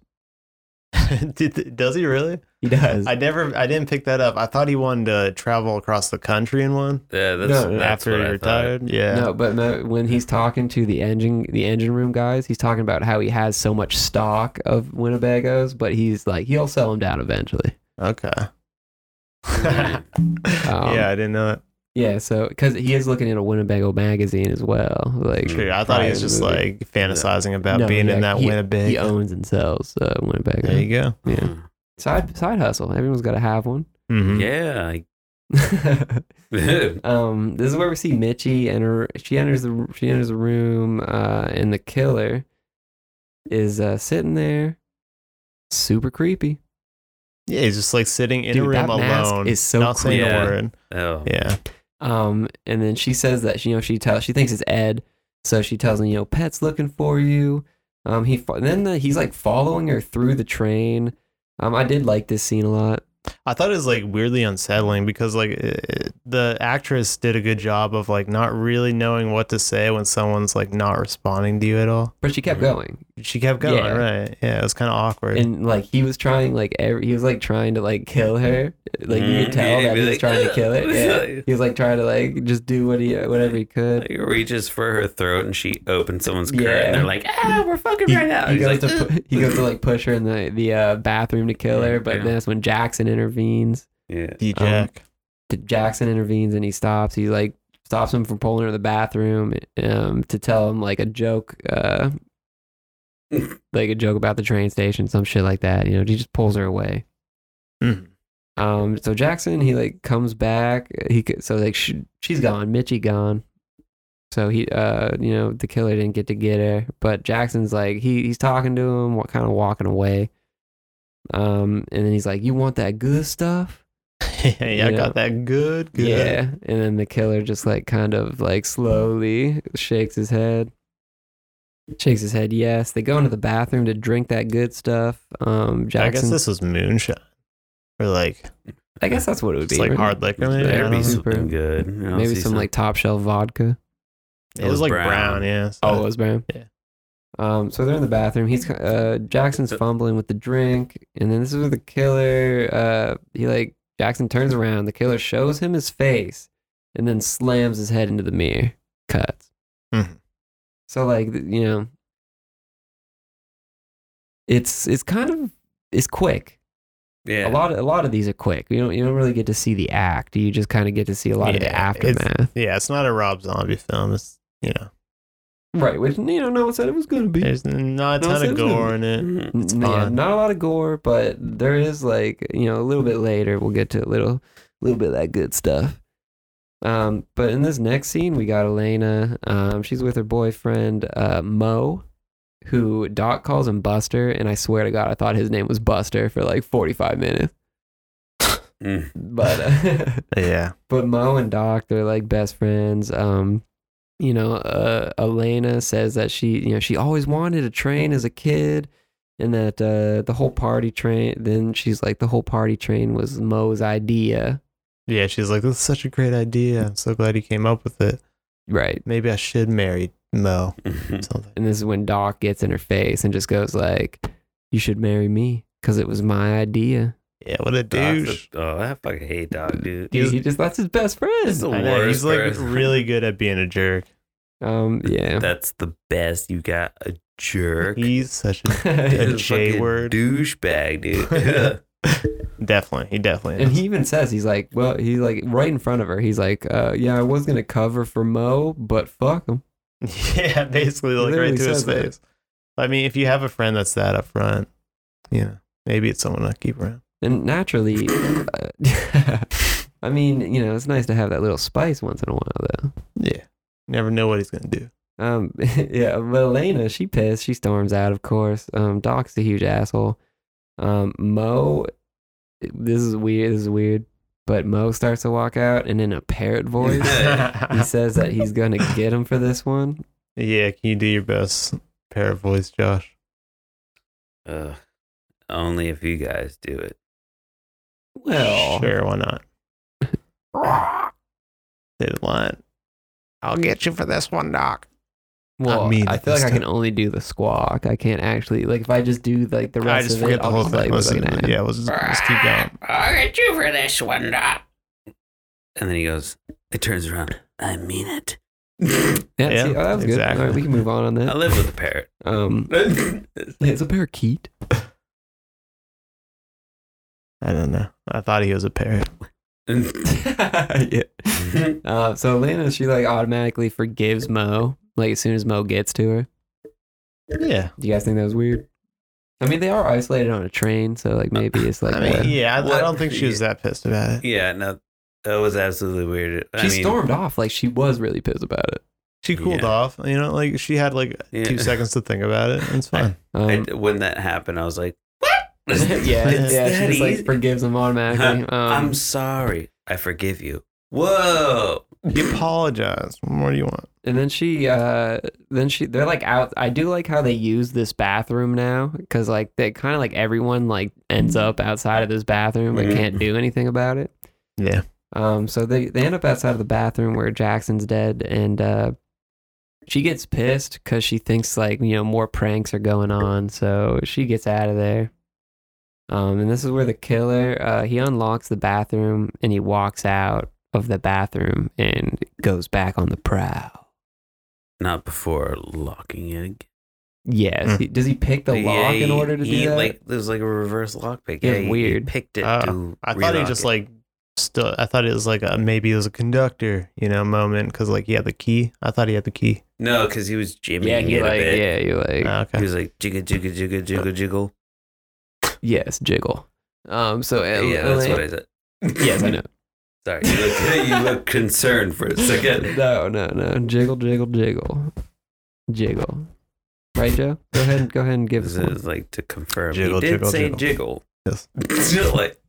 S2: Did, does he really?
S1: He does.
S2: I never, I didn't pick that up. I thought he wanted to travel across the country in one
S3: yeah, that's,
S1: No, no,
S3: that's
S2: after
S3: what
S2: he
S3: I
S2: retired. Yeah.
S1: No, but no, when he's talking to the engine, the engine room guys, he's talking about how he has so much stock of Winnebago's, but he's like he'll sell them down eventually.
S2: Okay.
S3: thought.
S2: yeah, I didn't know that.
S1: Um, Yeah, so because he is looking at a Winnebago magazine as well, like
S2: True. I thought
S1: prior
S2: he was
S1: to
S2: just
S1: the movie.
S2: like fantasizing about
S1: No,
S2: being
S1: yeah,
S2: in that
S1: he-
S2: Winnipeg.
S1: he owns and sells uh, Winnebago.
S2: there you go.
S1: Yeah.
S3: Mm.
S1: Side side hustle. Everyone's got to have one.
S2: Mhm.
S3: Yeah. I-
S1: um, this is where we see Mitchie and her. She enters the she enters the room, uh, and the killer is uh, sitting there, super creepy.
S2: Yeah, he's just like sitting in
S1: Dude,
S2: a room
S1: that mask
S2: alone,
S1: is so
S2: not saying
S3: creepy.
S2: a
S3: Yeah.
S2: word.
S3: oh.
S2: Yeah.
S1: Um, and then she says that she, you know she tells she thinks it's Ed, so she tells him you know Pet's looking for you. Um, he fo- then the, he's like following her through the train. Um, I did like this scene a lot.
S2: I thought it was like weirdly unsettling because like it, it- the actress did a good job of like not really knowing what to say when someone's like not responding to you at all.
S1: But she kept
S3: Mhm.
S1: going,
S2: She kept going,
S1: Yeah.
S2: right? Yeah, it was kind of awkward.
S1: and like he was trying, like every, he was like trying to like kill her. Like you could
S3: Mhm.
S1: tell
S3: Yeah,
S1: that
S3: be
S1: he was
S3: like,
S1: trying to kill her.
S3: "Ugh."
S1: Yeah, he was like trying to like just do what he whatever he could.
S3: Like, reaches for her throat and she opens someone's
S1: Yeah.
S3: curtain. And they're like, ah, we're fucking
S1: He,
S3: right now.
S1: he
S3: He's
S1: goes
S3: like,
S1: to
S3: "Ugh."
S1: pu- he goes to like push her in the the uh, bathroom to kill her, but
S3: Yeah.
S1: then that's when Jackson intervenes.
S3: yeah.
S2: D
S1: um,
S2: Jack.
S1: Jackson intervenes and he stops. He like stops him from pulling her to the bathroom um, to tell him like a joke, uh, like a joke about the train station, some shit like that. You know, he just pulls her away.
S2: Mhm.
S1: Um, so Jackson, he like comes back. He c- so like she, she's gone, Mitchie gone. So he, uh, you know, the killer didn't get to get her, but Jackson's like he he's talking to him, what kind of walking away. Um, and then he's like, "You want that good stuff?"
S2: hey, I
S1: Yeah.
S2: got that good, good.
S1: Yeah. And then the killer just like kind of like slowly shakes his head. Shakes his head, yes. They go into the bathroom to drink that good stuff. Um
S2: I guess
S1: Jackson I guess,
S2: this was moonshine. Or like
S1: that's what it would be.
S2: it's like
S1: right?
S2: hard liquor. Maybe, I
S3: That'd
S2: don't know.
S3: be
S1: s-
S3: something good. You know,
S1: Maybe
S3: see
S1: some like top shelf vodka.
S2: it was like brown, yeah. so-
S1: Oh, it was brown.
S2: Yeah.
S1: Um, so they're in the bathroom. He's ki- uh, Jackson's fumbling with the drink, and then this is where the killer. Uh, he like Jackson turns around. The killer shows him his face, and then slams his head into the mirror. Cuts.
S2: Mhm.
S1: So like th- you know, it's it's kind of it's quick.
S3: yeah.
S1: A lot a lot of these are quick. You don't you don't really get to see the act. You just kind of get to see a lot of the
S2: Yeah, it's-
S1: aftermath.
S2: yeah, it's not a Rob Zombie film. It's you know,
S1: Right, which you know no one said it was gonna be.
S2: there's not a
S1: No,
S2: ton
S1: it's-
S2: of gore in it.
S3: Mhm.
S1: N- Yeah,
S2: fun.
S1: not a lot of gore, but there is like you know a little bit later we'll get to a little little bit of that good stuff. Um, but in this next scene we got Elena. Um, she's with her boyfriend uh, Mo, who Doc calls him Buster, and I swear to God I thought his name was Buster for like forty five minutes.
S3: Mm.
S1: But uh,
S2: Yeah,
S1: but Mo and Doc they're like best friends. Um, you know, uh, Elena says that she you know she always wanted a train as a kid, and that uh, the whole party train. Then she's like the whole party train was Mo's idea.
S2: yeah. She's like, this is such a great idea. I'm so glad you came up with it.
S1: Right.
S2: Maybe I should marry Mo.
S1: Hmm.
S2: Something.
S1: And this is when Doc gets in her face and just goes like, "You should marry me because it was my idea."
S2: Yeah, what a
S3: Doc's
S2: douche.
S3: a- oh, I fucking hate dog, dude.
S1: Dude, he just that's his best
S3: He's the
S1: friend.
S2: I know,
S3: worst
S2: he's like
S3: person.
S2: really good at being a jerk.
S1: Um, yeah.
S3: That's the best you got. A jerk.
S2: He's such a
S1: and
S3: He's a
S2: J
S3: fucking
S2: word.
S3: Douchebag, dude.
S2: definitely. He definitely. Is.
S1: he even says he's like, well, he's like right in front of her. He's like, uh, yeah, I was gonna cover for Mo, but fuck him.
S2: yeah, basically like
S1: literally
S2: right to his
S1: says that.
S2: face. I mean, if you have a friend that's that upfront, you know, maybe it's someone I keep around.
S1: And naturally, uh, I mean, you know, it's nice to have that little spice once in a while,
S2: Yeah, never know what he's gonna do.
S1: though. Um, yeah, but Elena, she pissed. She storms out, of course. Um, Doc's a huge asshole. Um, Mo, this is weird. This is weird. But Mo starts to walk out, and in a parrot voice, he says that he's gonna get him for this one.
S2: Yeah, can you do your best pair of voice, Josh?
S3: Ugh. only if you guys do it.
S1: Well,
S2: Sure, why not? Say the line. I'll get you for this one, Doc.
S1: Hmm. Well,
S2: mean
S1: I
S2: it
S1: feel like
S2: this
S1: I can only do the squawk. I can't actually like if I just do like the
S2: I
S1: rest
S2: just
S1: of it.
S2: forget the
S1: I'll
S2: whole
S1: just, like,
S2: thing. Listen,
S1: fucking-
S2: yeah, let's just, let's keep going.
S3: I'll get you for this one, Doc. And then he goes, it turns around. I mean it.
S1: Yeah,
S2: Yeah,
S1: see, oh, that was good. All
S2: exactly.
S1: right, we can move on on
S3: I
S1: that.
S3: live with a parrot.
S1: Um, yeah, it's a parakeet.
S2: I don't know. I thought he was a parrot.
S1: yeah. Uh, so Elena, she like automatically forgives Mo like as soon as Mo gets to her.
S2: Yeah,
S1: Do you guys think that was weird? I mean, they are isolated on a train, so like maybe it's like
S2: I mean,
S1: what-
S2: yeah. I, I
S3: What-
S2: don't think she was that pissed about it.
S3: yeah, no, that was absolutely weird. I
S1: she
S3: mean,
S1: stormed off like she was really pissed about it.
S2: She cooled
S3: Yeah.
S2: off. You know, like she had like
S3: Yeah.
S2: two seconds to think about it. It's fine.
S1: Um,
S3: I, when that happened, I was like, what?
S1: yeah,
S3: It's
S1: yeah, she
S3: that
S1: just like
S3: easy?
S1: forgives him automatically. Um,
S3: I'm sorry. I forgive you. Whoa.
S2: you apologize. What more do you want?
S1: And then she, uh, then she, they're like out. I do like how they use this bathroom now because like they kind of like everyone like ends up outside of this bathroom but
S3: Mhm.
S1: can't do anything about it.
S2: Yeah.
S1: Um, so they, they end up outside of the bathroom where Jackson's dead and, uh, she gets pissed because she thinks like, you know, more pranks are going on. So she gets out of there. Um, and this is where the killer, uh, he unlocks the bathroom and he walks out of the bathroom and goes back on the prowl.
S3: Not before locking it. again.
S1: Yes.
S2: Mm.
S1: He, does he pick the
S3: Hmm. Yeah,
S1: lock in
S3: he-
S1: order to
S3: he,
S1: do that?
S3: Like there's like a reverse lockpick.
S1: Yeah,
S3: Yeah, he- he
S1: weird. Uh,
S3: picked it.
S2: Oh,
S3: to
S2: I thought he
S3: relock
S2: just
S3: it.
S2: like still I thought it was like a maybe it was a conductor, you know, moment because like he had the key. I thought he had the key.
S3: No, because he was jimmying
S1: yeah,
S3: it
S1: you like,
S3: a bit.
S1: yeah, you like,
S2: Ah,
S3: He
S2: okay.
S3: was like jiggle, jiggle, jiggle, jiggle, jiggle.
S1: yes, jiggle. Um, so
S3: yeah, that's what I said.
S1: yes, I know.
S3: Sorry, you look, you look concerned for a second.
S1: No, no, no. Jiggle, jiggle, jiggle, jiggle. Right, Joe? Go ahead. and Go ahead and give us
S3: This
S1: one.
S3: is like to confirm.
S2: Jiggle,
S3: he did
S2: jiggle,
S3: say jiggle.
S2: Yes.
S3: like,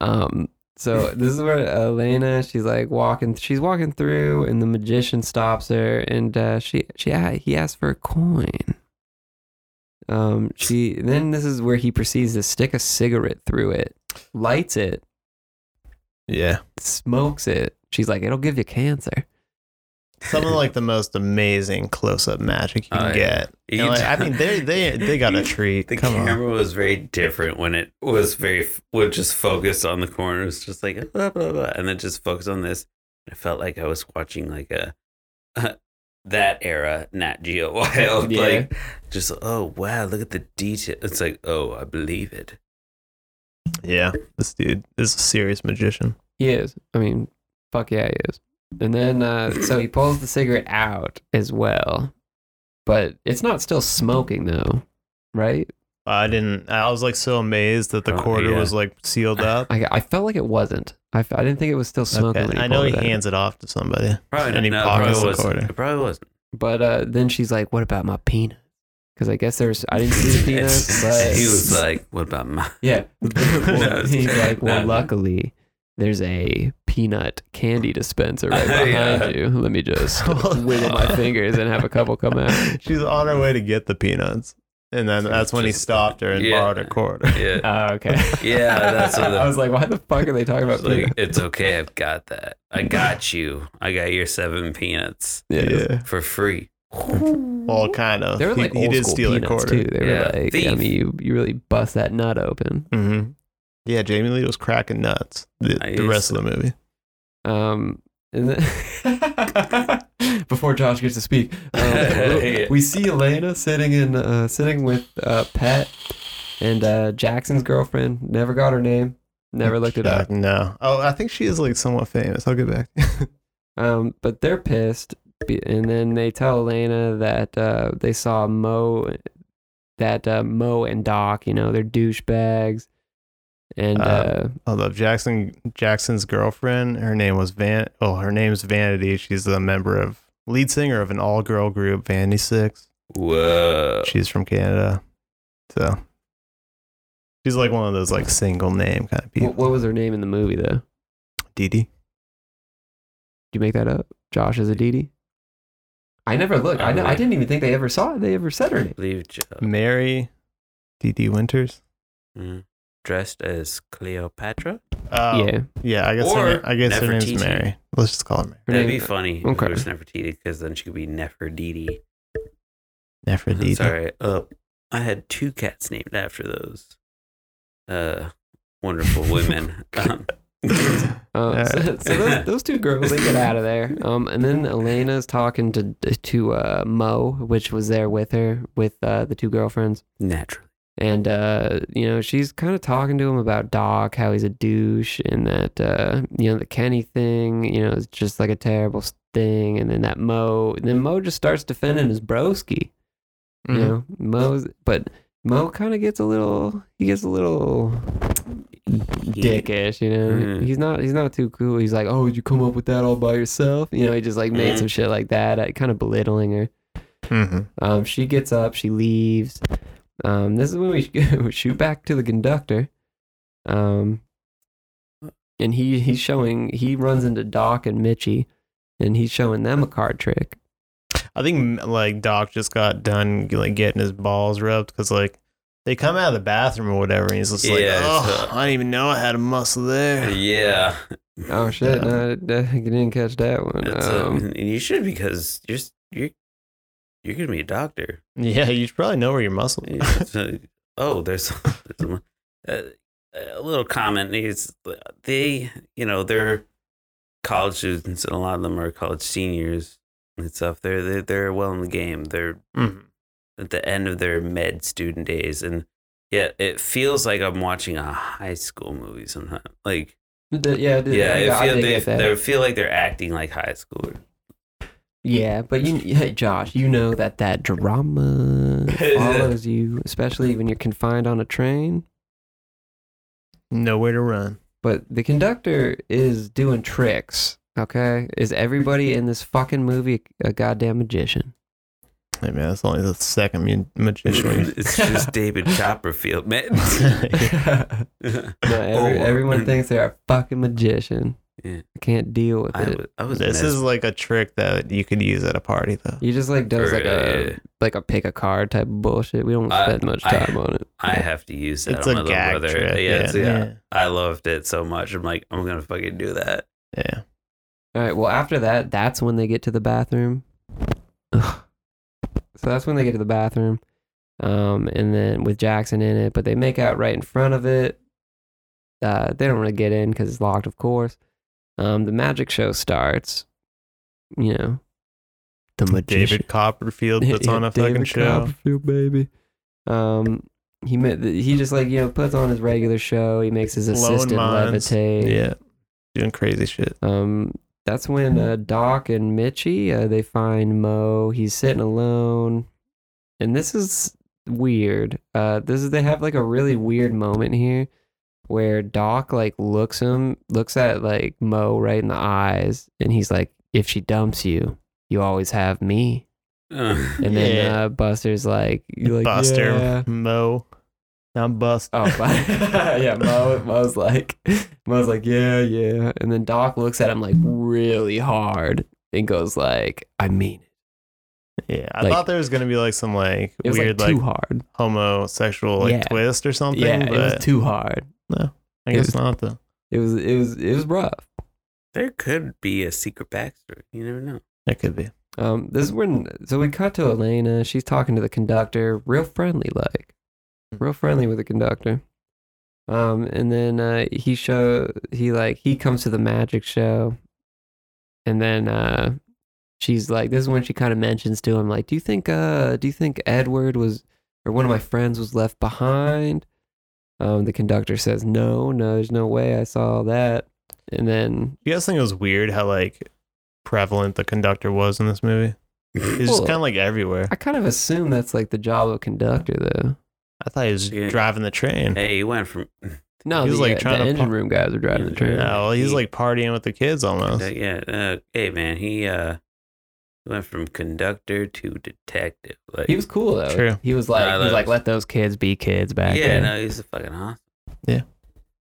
S1: Um, so this is where Elena, she's like walking, she's walking through, and the magician stops her, and uh, she, she, he asks for a coin. Um, she then this is where he proceeds to stick a cigarette through it, lights it,
S2: Yeah.
S1: smokes it. She's like, it'll give you cancer.
S2: Some of like the most amazing close up magic you can
S3: Oh, yeah.
S2: get.
S3: you
S2: And, like, I
S3: d-
S2: mean they they they got a treat.
S3: The
S2: Come on.
S3: camera was very different when it was very f- would just focus on the corner. It was just like "Ah, blah, blah, blah, and then just focus on this. I felt like I was watching like a that era Nat Geo Wild,
S1: Yeah.
S3: like just oh wow, look at the detail. It's like oh, I believe it.
S2: Yeah. This dude is a serious magician.
S1: He is. I mean, fuck yeah, he is. And then, uh, so he pulls the cigarette out as well, but it's not still smoking though, right?
S2: I didn't I was like so amazed that the
S3: Oh,
S2: quarter
S3: yeah.
S2: was like sealed up.
S1: I, I felt like it wasn't. I, f- I didn't think it was still smoking.
S2: Okay.
S1: when
S2: I know
S1: pulled
S2: he
S1: it out.
S2: hands it off to somebody.
S3: Probably
S2: And he
S3: not. probably
S2: pockets the
S3: wasn't.
S2: quarter.
S3: It probably wasn't.
S1: But uh, then she's like, "What about my peanut?" Because I guess there's I didn't see the peanut, but
S3: he was like, "What about my?"
S1: yeah.
S3: No,
S1: Well, he's like, "Well,
S3: no.
S1: luckily, there's a peanut candy dispenser right behind
S3: Yeah.
S1: you. Let me just wiggle my fingers and have a couple come out."
S2: She's on her way to get the peanuts. And then
S3: So
S2: that's when he
S3: just-
S2: stopped her and
S3: yeah.
S2: borrowed her quarter.
S3: Yeah,
S1: Oh, okay.
S3: yeah. That's what the,
S1: I was like, why the fuck are they talking about
S3: It's like,
S1: peanut?
S3: it's okay. I've got that. I got you. I got your seven peanuts
S2: Yeah.
S3: for free.
S2: Well, kind of.
S1: They were Mm-hmm.
S2: He-
S1: like
S2: he,
S1: old
S2: did
S1: school
S2: steal a
S1: peanuts too.
S2: quarter.
S1: They
S3: Yeah.
S1: were like, I
S3: Thief.
S1: mean, you, you really bust that nut open.
S2: Mm-hmm. Yeah, Jamie Lee was cracking nuts the,
S3: I
S2: the
S3: used
S2: rest of the movie.
S1: Um, and then before Josh gets to speak, um,
S3: Yeah.
S1: we see Elena sitting in uh, sitting with uh, Pat and uh, Jackson's girlfriend. Never got her name. Never looked it up.
S2: Uh, No. Oh, I think she is like somewhat famous. I'll get back.
S1: Um, but they're pissed, be- and then they tell Elena that uh, they saw Mo, that uh, Mo and Doc, you know, they're douchebags, and
S2: Uh,
S1: uh,
S2: Although Jackson Jackson's girlfriend, her name was Van. Oh, her name's Vanity. She's a member of lead singer of an all girl group, Vanity Six.
S3: Whoa.
S2: She's from Canada, so she's like one of those like single name kind of
S1: wh-
S2: people.
S1: what was her name in the movie though?
S2: Dee Dee.
S1: Did you make that up? Josh is a DD? I never looked. I,
S3: I
S1: ne- I
S3: would-
S1: didn't even think they ever saw it. They ever said her
S3: I
S1: name.
S3: believe Joe
S1: uh,
S2: Mm. Mary Dee Dee Winters.
S3: Mm. dressed as Cleopatra.
S2: Oh,
S1: yeah.
S2: yeah. I guess her,
S3: Or
S2: I guess her
S3: Nefertiti.
S2: name's Mary. Let's just call her Mary.
S1: Her
S3: That'd
S1: name-
S3: be funny. Okay. If
S1: okay.
S3: it was Nefertiti, because then she could be Nefertiti.
S2: Nefertiti.
S3: Sorry. Uh, I had two cats named after those uh, wonderful women. um,
S2: Mm-hmm.
S1: Um, so,
S2: Alright.
S1: so those, those two girls, they get out of there. Um, and then Elena's talking to to uh, Mo, which was there with her, with uh, the two girlfriends.
S3: naturally.
S1: And, uh, you know, she's kind of talking to him about Doc, how he's a douche, and that, uh, you know, the Kenny thing, you know, is just like a terrible s- thing. And then that Mo, and then Mo just starts defending his broski. You know, Mo's, but Mo kind of gets a little, he gets a little dickish, you know.
S3: Mhm.
S1: He's not, he's not too cool. He's like, oh, did you come up with that all by yourself? You know, he just like made
S3: Mhm.
S1: some shit like that, kind of belittling her.
S2: Mm-hmm.
S1: Um, she gets up, she leaves. Um, this is when we we shoot back to the conductor. Um, and he he's showing he runs into Doc and Mitchie, and he's showing them a card trick.
S2: I think like Doc just got done like getting his balls rubbed because like they come out of the bathroom or whatever, and he's just like,
S3: Yeah, it's,
S2: "Oh,
S3: uh,
S2: I didn't even know I had a muscle there."
S3: Yeah.
S1: Oh shit! No, I didn't catch that one.
S3: That's uh,
S1: Um,
S3: and you should because you're s- you're you're gonna be a doctor.
S2: Yeah, you should probably know where your muscle.
S3: You- so- oh, there's, there's a, uh, a little comment is they you know they're college students and a lot of them are college seniors and stuff. They're they're, they're well in the game. They're
S1: Mm-hmm.
S2: Mhm.
S3: at the end of their med student days and yeah, it feels like I'm watching a high school movie sometimes. Like
S1: The- yeah, the-
S3: Yeah,
S1: I,
S3: I feel
S1: did
S3: they,
S1: get that.
S3: they feel like they're acting like high schoolers.
S1: Yeah, but you, hey, Josh, you know that that drama follows you, especially when you're confined on a train.
S2: Nowhere to run.
S1: But the conductor is doing tricks. Okay, is everybody in this fucking movie a goddamn magician?
S2: Hey man, that's only the second mu- magician.
S3: it's just David Copperfield, man.
S2: we've-
S1: no, every,
S3: Oh.
S1: everyone thinks they're a fucking magician.
S3: Yeah.
S1: I can't deal with
S3: I
S1: it.
S3: was, I was
S2: this
S3: messed
S2: is like a trick that you could use at a party though.
S1: He just like does
S3: Or,
S1: like a
S3: uh,
S1: like a pick a card type of bullshit. We don't
S3: I-
S1: spend much
S3: I-
S1: time on it.
S3: I have to use that.
S2: It's
S3: on
S2: a
S3: my little
S2: gag
S3: brother.
S2: trick.
S3: Yeah, it's-
S2: Yeah,
S3: yeah.
S2: yeah.
S3: I loved it so much. I'm like, I'm gonna fucking do that.
S2: Yeah.
S1: All right. Well, after that, that's when they get to the bathroom. Ugh. So that's when they get to the bathroom, um, and then with Jackson in it, but they make out right in front of it. Uh, they don't really get in because it's locked, of course. Um, the magic show starts. You know, the magician.
S2: David Copperfield puts
S1: Yeah,
S2: on a fucking
S1: David
S2: show.
S1: Copperfield, baby. Um, he ma- he just like you know puts on his regular show. He makes his
S2: Blowing
S1: assistant
S2: minds.
S1: levitate.
S2: Yeah. Doing crazy shit.
S1: Um, that's when uh, Doc and Mitchie uh, they find Mo. He's sitting alone, and this is weird. Uh, this is they have like a really weird moment here where Doc like looks him looks at like Mo right in the eyes, and he's like, "If she dumps you, you always have me." And then
S2: Yeah.
S1: uh, Buster's like, you like
S2: Buster
S1: Yeah.
S2: Mo. Not Buster.
S1: Oh, but- yeah. Mo, Mo's like, Mo's like, yeah, yeah. And then Doc looks at him like really hard and goes like, I mean, it."
S2: Yeah. I
S1: Like-
S2: thought there was gonna be like some like
S1: it was
S2: weird
S1: like
S2: like,
S1: too hard.
S2: homosexual like
S1: Yeah.
S2: twist or something.
S1: Yeah,
S2: but
S1: it was too hard.
S2: I
S1: it
S2: guess
S1: was-
S2: not though.
S1: It was, it was, it was rough.
S3: there could be a secret backstory. You never know.
S2: It could be.
S1: Um, this is when so we cut to Elena. She's talking to the conductor, real friendly, like, real friendly with the conductor. Um, and then uh, he show he like he comes to the magic show, and then uh, she's like, this is when she kind of mentions to him, like, do you think uh, do you think Edward was or one of my friends was left behind? Um, the conductor says, no, no, there's no way I saw that. And then
S2: You guys think it was weird how like prevalent the conductor was in this movie? He's just
S1: Well-
S2: kind of like everywhere.
S1: I kind of assume that's like the job of a conductor, though.
S2: I thought he was
S3: Yeah.
S2: driving the train.
S3: Hey, you went from
S1: No,
S2: He was,
S1: the,
S2: like,
S1: uh,
S2: trying
S1: the
S2: to
S1: engine
S2: pop-
S1: room guys are driving the train.
S2: No, well, he's
S3: He-
S2: like partying with the kids almost.
S3: yeah. Uh, hey, man, he uh went from conductor to detective. Like,
S1: He was cool though.
S2: True.
S1: He was like,
S3: Nah,
S1: he was
S3: that
S1: like,
S3: was-
S1: let those kids be kids back
S3: yeah,
S1: then.
S3: no, he's a fucking awesome.
S2: Yeah.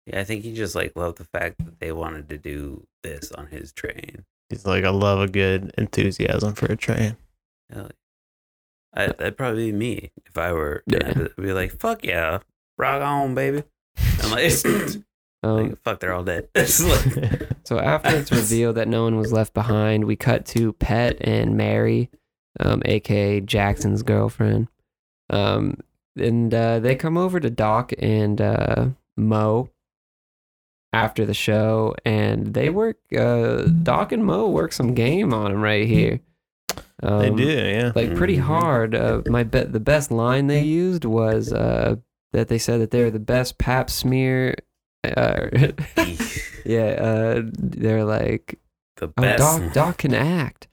S3: Yeah, I think he just like loved the fact that they wanted to do this on his train.
S2: He's like, I love a good enthusiasm for a train.
S3: Hell, I, that'd probably be me if I were.
S1: Yeah.
S3: I'd be like, fuck yeah, rock on, baby. I'm like,
S1: Um,
S3: like, fuck, they're all dead. It's like,
S1: so after it's revealed that no one was left behind, we cut to Pet and Mary, um, aka Jackson's girlfriend, um, and uh, they come over to Doc and uh, Mo after the show, and they work. Uh, Doc and Mo work some game on him right here. Um,
S2: they do, yeah.
S1: like pretty
S3: Mhm.
S1: hard. Uh, my be- the best line they used was uh, that they said that they were the best pap smear. Uh, yeah, uh, they're like,
S3: the
S1: oh,
S3: best.
S1: Doc, Doc can act,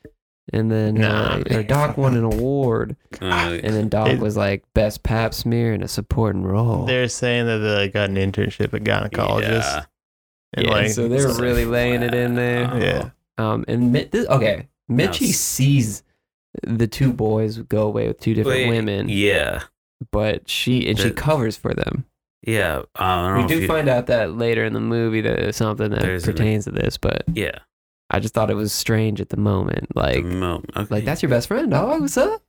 S1: and then
S2: Nah,
S1: uh,
S2: man,
S1: or Doc
S2: fuck
S1: won
S2: that.
S1: an award,
S3: Uh,
S1: and then Doc
S2: It-
S1: was like best pap smear in a supporting role.
S2: They're saying that they like, got an internship at gynecologist.
S3: yeah.
S2: And
S1: yeah,
S2: like,
S1: so they were
S3: so-
S1: really laying it in there.
S3: Wow.
S2: yeah.
S1: Um, and Mi- this, okay, Mitchie
S3: s-
S1: sees the two boys go away with two different
S3: Wait,
S1: women,
S3: Yeah.
S1: but she and she
S3: The-
S1: covers for them.
S3: Yeah. I don't know
S1: We
S3: if
S1: do
S3: you-
S1: find out that later in the movie that there's something that
S3: There's an-
S1: pertains to this, but
S3: Yeah.
S1: I just thought it was strange at the moment.
S3: the
S1: Like,
S3: moment. Okay.
S1: like that's your best friend, dog. What's up?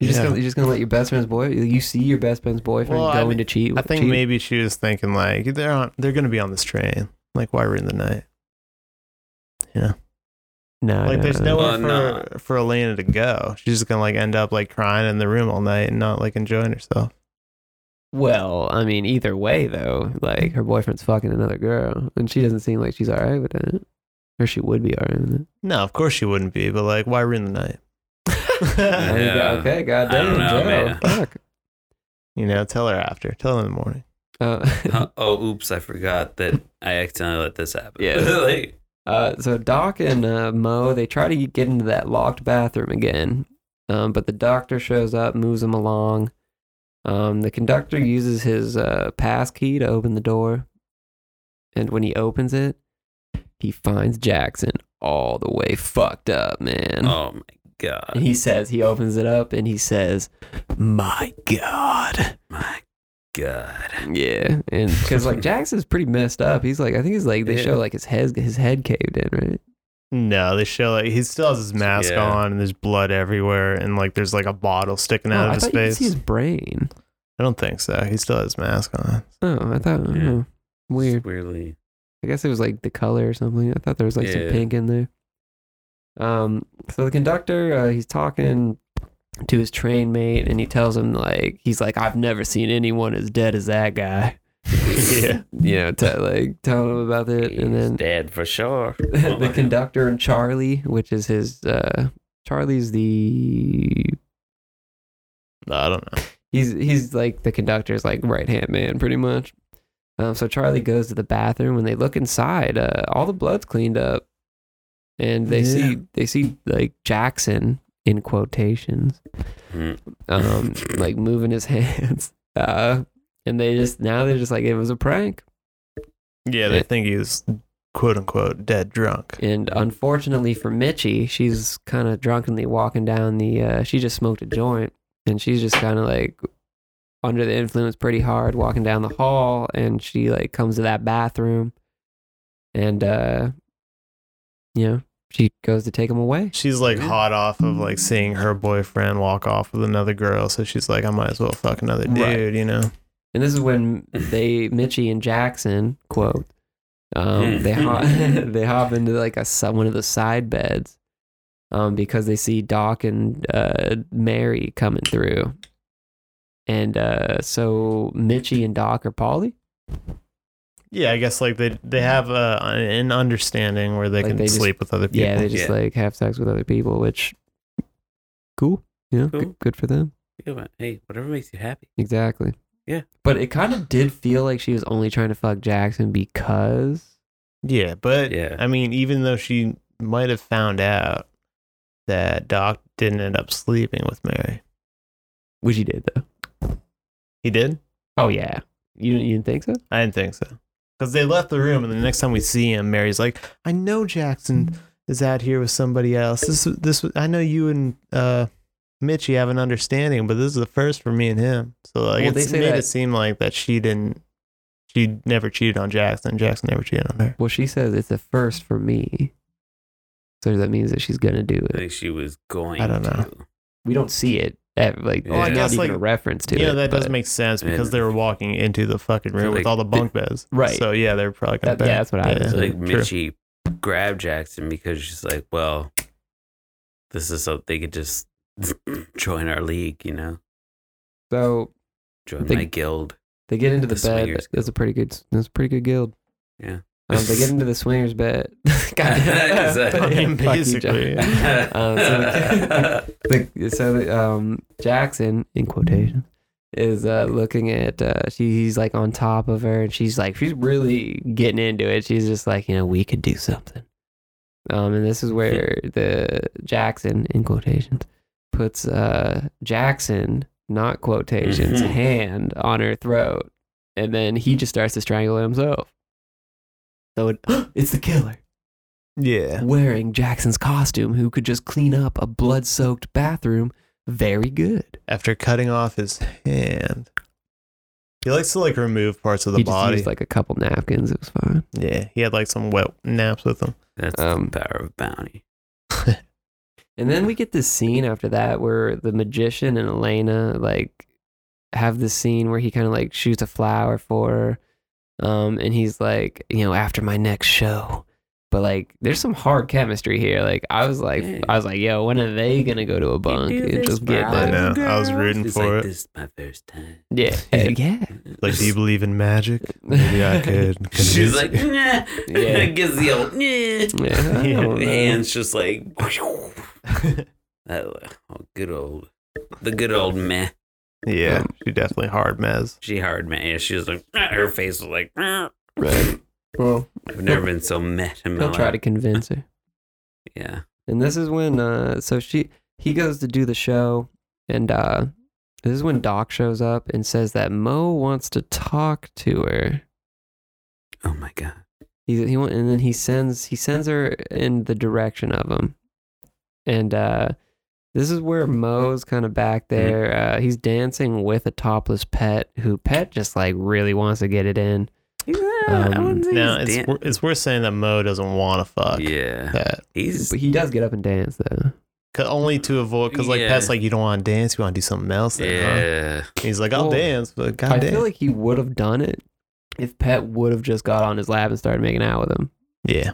S1: You're just
S2: Yeah.
S1: gonna you're just gonna let your best friend's boy. You see your best friend's boyfriend
S2: Well, I
S1: going
S2: mean,
S1: to cheat.
S2: I
S1: With,
S2: think
S1: cheat.
S2: maybe she was thinking like they're on, they're gonna be on this train. Like why ruin the night?
S1: no,
S2: Like there's nowhere
S3: Well,
S2: for
S3: no.
S2: for Elena to go. She's just gonna like end up like crying in the room all night and not like enjoying herself.
S1: Well, I mean, either way though, like her boyfriend's fucking another girl, and she doesn't seem like she's all right with it, or she would be all right with it.
S2: No, of course she wouldn't be, but like why ruin the night?
S1: There you go.
S3: Yeah.
S1: Okay, goddamn,
S3: don't know,
S1: Joe.
S3: man.
S1: Fuck.
S2: you know, tell her after. Tell her in the morning.
S1: Uh,
S3: Huh, oh, oops, I forgot that I accidentally let this happen.
S1: Yeah.
S3: like,
S1: Uh, so Doc and uh, Mo they try to get into that locked bathroom again, um, but the doctor shows up, moves them along. Um, the conductor uses his uh, pass key to open the door, and when he opens it, he finds Jackson all the way fucked up, man.
S3: oh my god.
S1: And he says he opens it up and he says, "My God."
S3: My god.
S1: Yeah, and because like Jackson's pretty messed up. He's like, I think he's like they
S3: Yeah.
S1: show like his head his head caved in, right?
S2: No, they show like he still has his mask
S3: Yeah.
S2: on and there's blood everywhere and like there's like a bottle sticking
S1: Oh,
S2: out
S1: I
S2: of his
S1: thought you could
S2: face.
S1: see his brain.
S2: I don't think so. He still has his mask on.
S1: Oh, I thought
S3: Yeah.
S1: oh, weird.
S3: Weirdly.
S1: I guess it was like the color or something. I thought there was like some
S3: Yeah.
S1: pink in there. Um, so the conductor, uh, he's talking to his train mate, and he tells him like he's like I've never seen anyone as dead as that guy.
S2: Yeah.
S1: You know, t- like telling him about it,
S3: He's
S1: and then
S3: dead for sure.
S1: the conductor and Charlie, which is his uh, Charlie's the
S2: I don't know.
S1: he's he's like the conductor's like right hand man pretty much. Um, so Charlie goes to the bathroom. When they look inside, uh, all the blood's cleaned up, and they
S2: Yeah.
S1: see they see like Jackson in quotations,
S3: Mm.
S1: um, like moving his hands. Uh, and they just now they're just like it was a prank.
S2: Yeah, they
S1: Yeah.
S2: think he's quote unquote dead drunk.
S1: And unfortunately for Mitchie, she's kind of drunkenly walking down the. Uh, she just smoked a joint, and she's just kind of like under the influence pretty hard walking down the hall, and she like comes to that bathroom, and uh, you know she goes to take him away.
S2: She's like
S3: Yeah.
S2: hot off of
S1: Hmm.
S2: like seeing her boyfriend walk off with another girl, so she's like, I might as well fuck another dude,
S1: Right.
S2: you know?
S1: And this is when they Mitchie and Jackson quote,
S3: Hmm.
S1: um, they hop they hop into like a si- one of the side beds, um, because they see Doc and uh, Mary coming through, and uh, so Mitchie and Doc are Polly.
S2: Yeah, I guess like they they have a, an understanding where they
S1: Hmm. Like,
S2: can
S1: they just-
S2: sleep with other people.
S1: Yeah, they just
S3: Yeah.
S1: like have sex with other people, which cool, you know,
S3: Cool.
S1: good, good for them.
S3: Hey, whatever makes you happy.
S1: Exactly.
S3: Yeah.
S1: but it kind of did feel like she was only trying to fuck Jackson because
S2: Yeah, but
S3: Yeah.
S2: I mean, even though she might have found out that Doc didn't end up sleeping with Mary,
S1: which he did though.
S2: he did.
S1: Oh yeah, you didn't, you didn't think so?
S2: I didn't think so because they left the room, and the next time we see him, Mary's like, "I know
S1: Mm-hmm.
S2: Jackson is out here with somebody else. This this I know you and uh, Mitchie have an understanding, but this is the first for me and him. So like
S1: Well,
S2: it's
S1: they say
S2: made
S1: that-
S2: it seem like that she didn't." She never cheated on Jackson. Jackson never cheated on her.
S1: Well, she says it's a first for me. So that means that she's gonna do
S3: I
S1: it.
S3: think she was going
S2: I don't know.
S3: to.
S1: We don't see it. At, like,
S3: Well, I
S1: there's
S2: Oh, guess,
S1: not even
S2: like,
S1: a reference to
S2: Yeah,
S1: it.
S2: that does
S1: but-
S2: make sense
S3: Yeah.
S2: because they were walking into the fucking room
S3: Like,
S2: with all the bunk beds.
S1: right.
S2: So yeah, they're probably gonna
S1: That- yeah,
S2: bet.
S1: that's what I was
S2: Yeah.
S3: Like
S2: True.
S3: Mitchie grabbed Jackson because she's like, well, this is so they could just join our league, you know,
S1: So
S3: join
S1: They-
S3: my guild.
S1: they get into the,
S3: The
S1: bed.
S3: swingers
S1: That's a pretty good. That's a pretty good guild.
S3: Yeah.
S1: Um, they get into the swingers bed. God damn.
S3: Exactly.
S1: Fuck you, Jack.
S2: Basically, yeah. Uh,
S1: so- The- so um, Jackson, in quotation, is uh, looking at. Uh, she, he's like on top of her, and she's like, she's really getting into it. She's just like, you know, we could do something. Um, and this is where the Jackson, in quotations, puts uh, Jackson, not quotations,
S3: Mhm.
S1: hand on her throat, and then he just starts to strangle himself. So it, it's the killer
S2: Yeah.
S1: wearing Jackson's costume who could just clean up a blood soaked bathroom very good.
S2: After cutting off his hand, he likes to like remove parts of the
S1: he
S2: body.
S1: just used like a couple napkins. It was fine.
S2: yeah, he had like some wet naps with him.
S3: That's
S1: Um,
S3: the power of bounty.
S1: And then we get this scene after that where the magician and Elena like have this scene where he kind of like shoots a flower for her. Um, and he's like, you know, after my next show. But like, there's some hard chemistry here. Like, I was like,
S3: Yeah.
S1: I was like, yo, when are they gonna go to a bunk
S3: You do
S1: and
S3: this
S1: just get
S3: for
S2: I
S1: like,
S2: know.
S3: us,
S2: I was
S3: girls.
S2: rooting
S3: He's
S2: for
S3: like,
S2: it.
S3: This is my first time.
S1: yeah, yeah,
S2: Like, do you believe in magic? Maybe I could.
S3: She's
S2: convince
S3: like,
S2: you."
S3: nah.
S1: Yeah.
S3: gives the old, nah.
S1: yeah. I don't know.
S3: hands just like, that, oh, good old, the good old meh.
S2: Yeah,
S1: Um,
S2: she definitely hard mez.
S3: She hard man. Yeah, she was like her face was like. I've
S1: Right. Well,
S3: never been so met in my
S1: he'll try
S3: life.
S1: to convince her.
S3: Yeah.
S1: And this is when uh so she he goes to do the show and uh this is when Doc shows up and says that Mo wants to talk to her.
S3: Oh my god.
S1: He he wa- and then he sends he sends her in the direction of him. And uh this is where Mo's kind of back there. Uh, he's dancing with a topless pet who pet just like really wants to get it in. eh,
S3: Uh,
S1: Um,
S3: I wouldn't say
S2: Now
S3: he's
S2: Um, it's
S3: dan-
S2: wor- it's worth saying that Mo doesn't want to fuck
S3: yeah.
S2: Pet,
S3: He's
S1: But he does get up and dance though.
S2: 'Cause only to avoid because like
S3: Yeah.
S2: Pet's like you don't want to dance, you want to do something else. Then, huh?"
S3: yeah.
S2: And He's like I'll
S1: Well,
S2: dance, but
S1: I
S2: God damn,
S1: feel like he would have done it if Pet would have just got on his lap and started making out with him.
S2: yeah,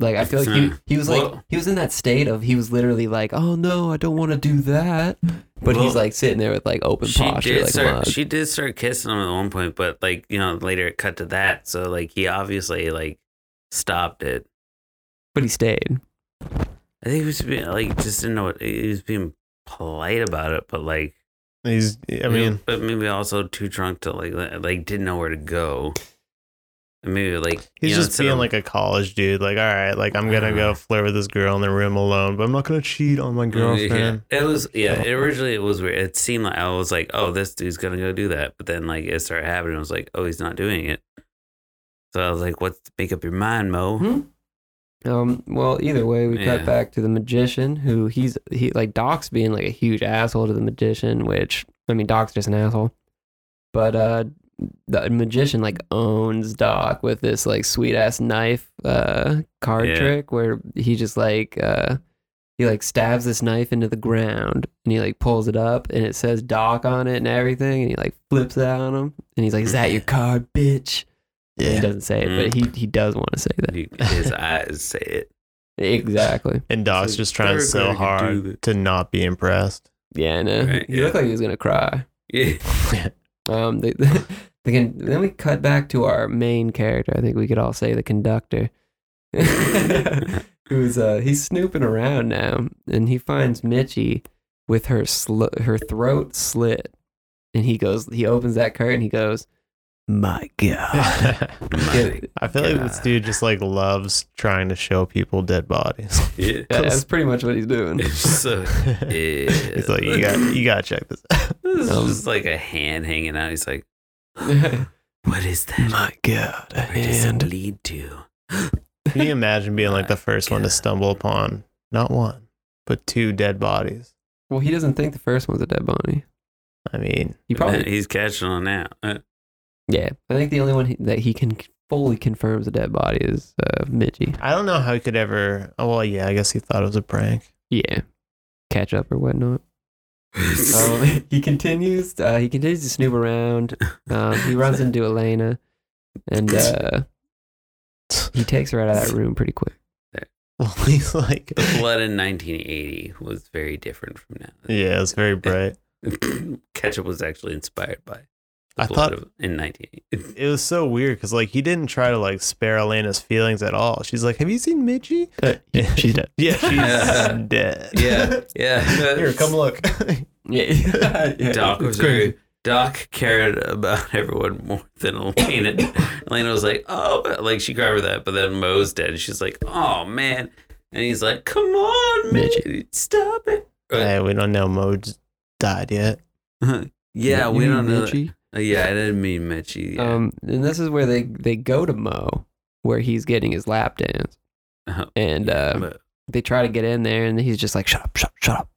S1: Like I feel like he,
S3: Hmm.
S1: he was like
S3: Well-
S1: he was in that state of he was literally like, oh no, I don't want to do that. But he's
S3: Well,
S1: like sitting there with like open
S3: She
S1: posture,
S3: did
S1: like
S3: start.
S1: mug.
S3: She did start kissing him at one point, but like you know, later it cut to that. So like he obviously like stopped it.
S1: but he stayed.
S3: I think he was being like just didn't know what he was being polite about it, but like
S2: he's. I mean,
S3: but maybe also too drunk to like li- like didn't know where to go. And Maybe like
S2: He's
S3: you know, um,
S2: just
S3: instead
S2: being
S3: of-
S2: like a college dude. Like, all right, like I'm gonna go flirt with this girl in the room alone, but I'm not gonna cheat on my girlfriend.
S3: Yeah. It was yeah. It originally it was weird. It seemed like I was like, oh, this dude's gonna go do that, but then like it started happening. I was like, oh, he's not doing it. So I was like, what? Make up your mind, Mo.
S1: Hmm. Um, well, either way, we
S3: Yeah.
S1: cut back to the magician who he's he like Doc's being like a huge asshole to the magician, which I mean Doc's just an asshole. But uh the magician like owns Doc with this like sweet ass knife uh card
S3: Yeah.
S1: trick where he just like uh he like stabs this knife into the ground and he like pulls it up and it says Doc on it and everything and he like flips that on him and he's like, Is that your card, bitch? And he doesn't say it, but
S3: Mm-hmm.
S1: he he does want to say that.
S3: He- His eyes say it.
S1: Exactly.
S2: And Doc's
S3: So
S2: just trying
S3: they're
S2: so
S3: gonna do
S2: hard
S3: that.
S2: to not be impressed.
S1: Yeah, I know.
S3: Right,
S1: he
S3: yeah.
S1: looked like he was gonna cry.
S3: Yeah.
S1: Um, the, the, con- then we cut back to our main character. I think we could all say the conductor, who's uh, he's snooping around now, and he finds Mitchie with her sl- her throat slit, and he goes, he opens that curtain, he goes, "My God."
S3: Ah,
S2: I
S3: My-
S2: feel like this
S3: God.
S2: dude just like loves trying to show people dead bodies.
S3: yeah.
S1: Yeah, that's pretty much what he's doing.
S3: It's so
S2: He's like, you got, you got to check this. out.
S3: It's
S1: Um,
S3: just like a hand hanging out. He's like,
S1: My
S3: what is that?
S1: God,
S3: Where does it lead to?
S2: Can you imagine being like the first one to stumble upon not one, but two dead bodies?
S1: Well, he doesn't think the first one's a dead body.
S2: I mean,
S1: He probably
S3: He's catching on now. Uh,
S1: Yeah, I think the only one he, that he can fully confirm is a dead body is uh, Mitchie.
S2: I don't know how he could ever. Oh, well, yeah, I guess he thought it was a prank.
S1: Yeah, catch up or whatnot. Um, he continues. Uh, he continues to snoop around. Um, he runs into Elena, and uh, he takes her out of that room pretty quick.
S2: Well, he's like,
S3: the flood in 1980 was very different from now.
S2: yeah, it's very bright.
S3: Ketchup was actually inspired by the
S2: I
S3: flood
S2: thought
S3: of, in 1980.
S2: it was so weird because like he didn't try to like spare Elena's feelings at all. She's like, "Have you seen Midgie?
S1: she's dead.
S2: Yeah, she's
S3: Yeah.
S2: dead.
S3: Yeah, yeah.
S2: here, come look.
S1: Yeah, yeah.
S3: Doc
S1: it's
S3: was
S1: crazy.
S3: very, Doc cared about everyone more than Elena. Elena was like, oh, but like she cried for that, but then Mo's dead. And she's like, oh man, and he's like, come on,
S1: Midget.
S3: Midge, stop it.
S2: hey, we don't know Mo's died yet.
S3: Yeah,
S1: You
S3: we
S1: mean
S3: don't know. that-
S1: Mitchie?
S3: Uh, Yeah, I didn't mean Mitchie. Yeah.
S1: Um, and this is where they they go to Mo, where he's getting his lap dance,
S3: Uh-huh.
S1: and uh,
S3: But-
S1: they try to get in there, and he's just like, "Shut up, shut up, shut up."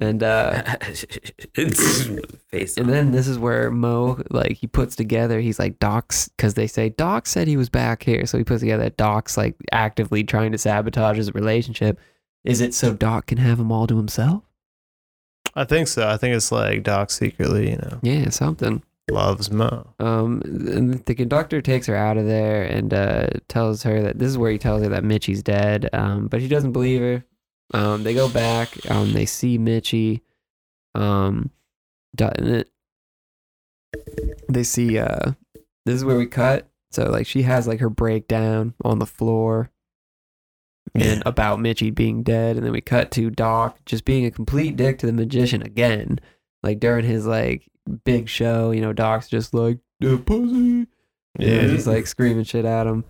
S1: and uh,
S3: face.
S1: and
S3: off.
S1: then this is where Mo like he puts together. He's like Doc's because they say Doc said he was back here, so he puts together that Doc's like actively trying to sabotage his relationship. Is it so Doc can have him all to himself?
S2: I think so. I think it's like Doc secretly, you know,
S1: Yeah, something.
S2: loves Mo.
S1: Um, and the conductor takes her out of there and uh, tells her that this is where he tells her that Mitchie's dead. Um, but she doesn't believe her. Um, they go back. Um, they see Mitchie. Um, do- and it- they see. Uh, this is where we cut. So like she has like her breakdown on the floor and about Mitchie being dead, and then we cut to Doc just being a complete dick to the magician again. Like during his like big show, you know, Doc's just like "The pussy, yeah,
S2: Yeah.
S1: just like screaming shit at him.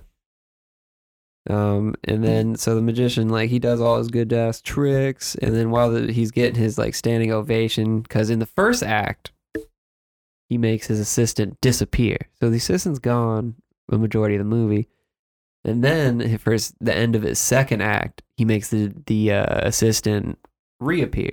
S1: Um, and then so the magician like he does all his good ass tricks, and then while the, he's getting his like standing ovation, because in the first act, he makes his assistant disappear. So the assistant's gone the majority of the movie, and then for his, the end of his second act, he makes the the uh, assistant reappear.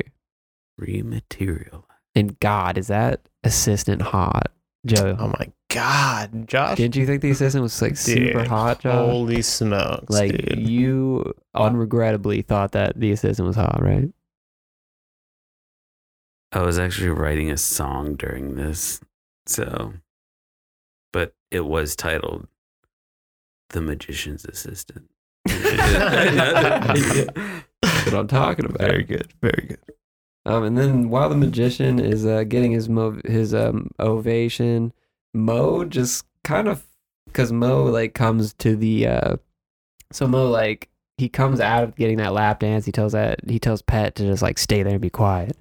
S3: Rematerial.
S1: And God, is that assistant hot, Joe?
S2: Oh my god, Josh!
S1: Didn't you think the assistant was like super
S2: Dude,
S1: hot, Josh?
S2: Holy smokes,
S1: Like
S2: dude!
S1: you unregrettably thought that the assistant was hot, right?
S3: I was actually writing a song during this. So, but it was titled The Magician's Assistant. yeah.
S1: That's what I'm talking about.
S2: very good, very good.
S1: Um, and then while the magician is uh, getting his mo- his um, ovation, Mo just kind of because Mo like comes to the uh, so Mo like he comes out of getting that lap dance. He tells that he tells Pet to just like stay there and be quiet.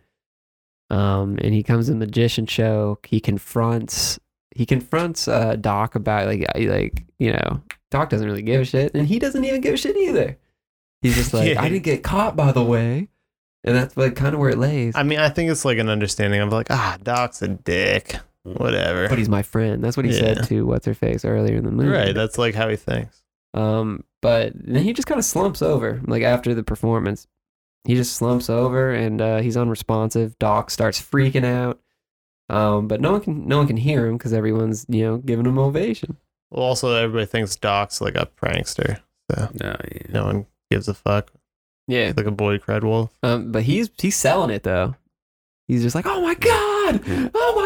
S1: Um, and he comes to the magician show. He confronts he confronts uh, Doc about like uh, like you know Doc doesn't really give a shit, and he doesn't even give a shit either. He's just like
S2: Yeah.
S1: I didn't get caught by the way. And that's like kind of where it lays.
S2: I mean, I think it's like an understanding of like, ah, Doc's a dick, whatever.
S1: but he's my friend. That's what he
S2: Yeah.
S1: said to what's her face earlier in the movie.
S2: right, that's like how he thinks.
S1: Um, but then he just kind of slumps over, like after the performance, he just slumps over and uh, he's unresponsive. Doc starts freaking out. Um, but no one can no one can hear him because everyone's you know giving him ovation.
S2: Well, also everybody thinks Doc's like a prankster, so
S3: No, yeah.
S2: no one gives a fuck.
S1: Yeah.
S2: He's like a Boyd Credwell.
S1: Um, but he's he's selling it though. He's just like, oh my god,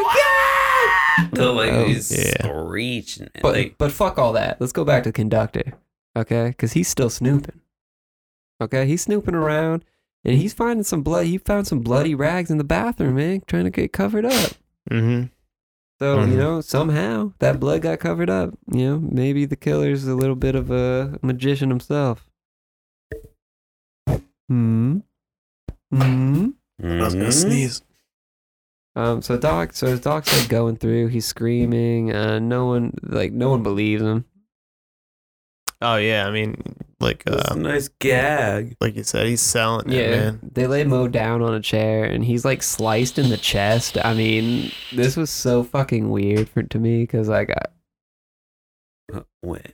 S1: oh my god.
S3: So, like,
S1: Um,
S3: he's
S2: yeah.
S3: screeching.
S1: But
S3: like,
S1: but fuck all that. Let's go back to the conductor, okay? Because he's still snooping. Okay, he's snooping around, and he's finding some blood. He found some bloody rags in the bathroom, man, trying to get covered up.
S2: Mm-hmm.
S1: So
S2: Mhm.
S1: you know, somehow that blood got covered up. You know, maybe the killer's a little bit of a magician himself. Hmm. Hmm.
S2: I was gonna
S3: mhm.
S2: sneeze.
S1: Um, so Doc, so his Doc's like going through. He's screaming. Uh, no one, like no one believes him.
S2: Oh yeah, I mean, like,
S3: That's a
S2: uh,
S3: nice gag.
S2: like you said, he's selling it, man.
S1: they lay Mo down on a chair, and he's like sliced in the chest. I mean, this was so fucking weird for to me because like, I,
S3: Uh, When?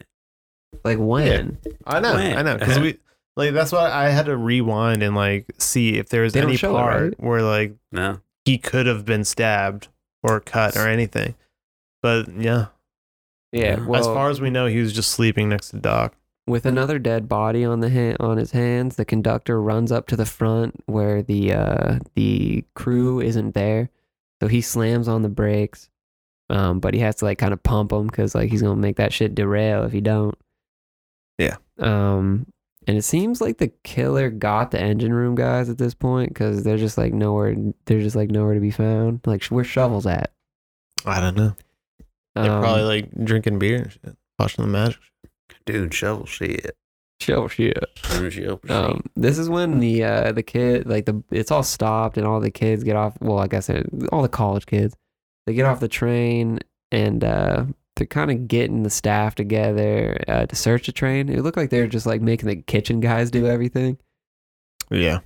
S1: like when
S2: I know,
S3: Wait.
S2: I know, because we like that's why I had to rewind and like see if there was
S1: They don't
S2: any
S1: show it,
S2: part
S1: right?
S2: where like
S3: No.
S2: he could have been stabbed or cut or anything. But yeah,
S1: yeah,
S3: Yeah.
S1: well,
S2: as far as we know, he was just sleeping next to Doc.
S1: with another dead body on the ha- on his hands, the conductor runs up to the front where the uh, the crew isn't there, so he slams on the brakes, um, but he has to like kind of pump them because like he's gonna make that shit derail if he don't.
S2: Yeah.
S1: Um, and it seems like the killer got the engine room guys at this point because they're just like nowhere. They're just like nowhere to be found. Like sh- where shovels at?
S2: I don't know. They're
S1: Um,
S2: probably like drinking beer and shit, watching the magic.
S3: Dude, shovel shit.
S1: shovel shit.
S3: Shovel shit.
S1: Um, this is when the uh, the kid like the it's all stopped and all the kids get off. Well, I guess it, all the college kids they get off the train and uh, they're kind of getting the staff together uh, to search the train. It looked like they were just like making the kitchen guys do everything.
S2: Yeah.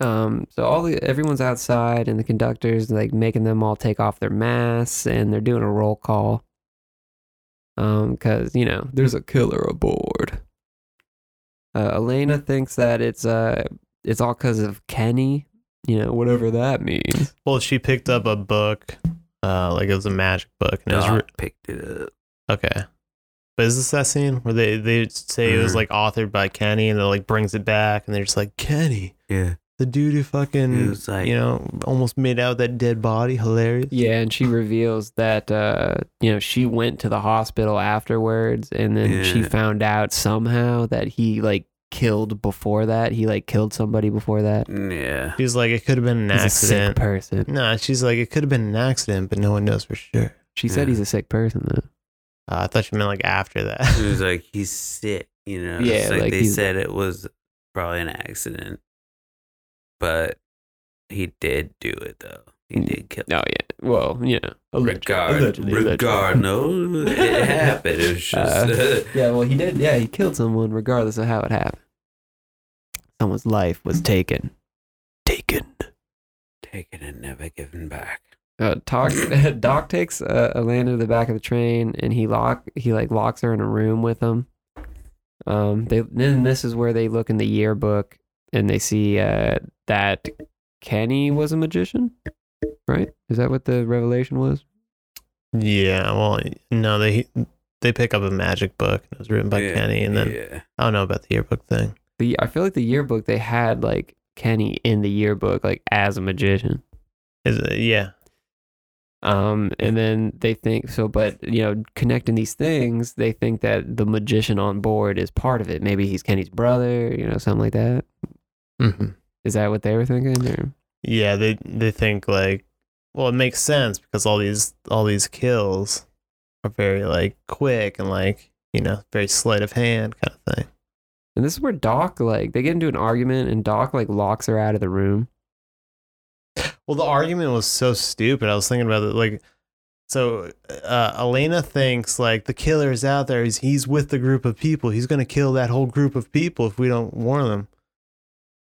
S1: Um, so all the everyone's outside and the conductors like making them all take off their masks and they're doing a roll call. Um, cause you know there's a killer aboard. Uh, Elena thinks that it's uh it's all cause of Kenny, you know whatever that means.
S2: Well, she picked up a book, uh, like it was a magic book, and it was
S3: Doc
S2: re-
S3: picked it up.
S2: okay. But is this that scene where they they say it was
S3: Mhm.
S2: like authored by Kenny, and it like brings it back, and they're just like Kenny,
S3: Yeah.
S2: the dude who
S3: He
S2: fucking
S3: was like-
S2: you know almost made out with that dead body, hilarious.
S1: Yeah, and she reveals that uh you know she went to the hospital afterwards, and then she
S3: Yeah.
S1: found out somehow that he like killed before that. He like killed somebody before that.
S3: Yeah.
S2: She's like, it could have been an
S1: He's a sick
S2: accident.
S1: person.
S2: No, she's like, it could have been an accident, but no one knows for sure.
S1: She said
S3: Yeah.
S1: he's a sick person though.
S2: Uh, I thought she meant like after
S3: It
S2: that.
S3: was like he's sick, you know.
S1: Yeah,
S3: It's like,
S1: like
S3: they
S1: he's-
S3: said it was probably an accident, but he did do it though. He did kill.
S1: Oh yeah. Well, yeah.
S3: Regard, regard, no, it happened. It was just
S1: Uh, Yeah. Well, he did. Yeah, he killed someone regardless of how it happened. Someone's life was taken. Taken.
S3: taken and never given back.
S1: Uh, talk, Doc takes uh, Elena to the back of the train, and he lock he like locks her in a room with him. Um, they then this is where they look in the yearbook, and they see uh, that Kenny was a magician, right? Is that what the revelation was?
S2: Yeah, well, no, they they pick up a magic book. It was written by
S3: Yeah,
S2: Kenny, and then
S3: yeah,
S2: I don't know about the yearbook thing.
S1: The I feel like the yearbook they had like Kenny in the yearbook, like as a magician.
S2: Is it, yeah,
S1: Um, and then they think so, but you know, connecting these things, they think that the magician on board is part of it. Maybe he's Kenny's brother, you know, something like that.
S2: mm-hmm.
S1: Is that what they were thinking? Or?
S2: yeah. They they think like, well, it makes sense because all these all these kills are very like quick and like you know very sleight of hand kind of thing.
S1: And this is where Doc like they get into an argument, and Doc like locks her out of the room.
S2: Well, the argument was so stupid. I was thinking about it. Like, so uh, Elena thinks like the killer is out there. He's he's with the group of people. He's gonna kill that whole group of people if we don't warn them.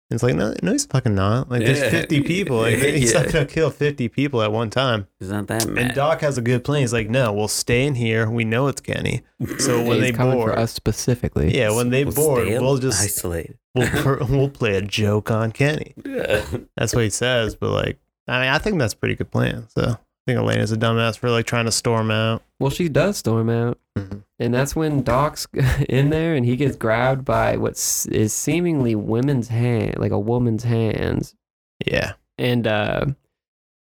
S2: And it's like no, no, he's fucking not. Like there's
S3: Yeah.
S2: 50 people. Like he's
S3: Yeah.
S2: not gonna kill 50 people at one time.
S3: it's not that
S2: And
S3: mad.
S2: Doc has a good plan. He's like, no, we'll stay in here. We know it's Kenny. So when
S1: He's
S2: they
S1: coming
S2: board,
S1: for us specifically.
S2: yeah, when they
S3: We'll
S2: board,
S3: stay
S2: we'll just
S3: isolated.
S2: we'll, per- we'll play a joke on Kenny.
S3: Yeah.
S2: That's what he says, but like, I mean, I think that's a pretty good plan. So I think Elena's a dumbass for like trying to storm out.
S1: Well, she does storm out,
S2: Mhm.
S1: and that's when Doc's in there, and he gets grabbed by what s- is seemingly women's hand, like a woman's hands,
S2: Yeah.
S1: and uh,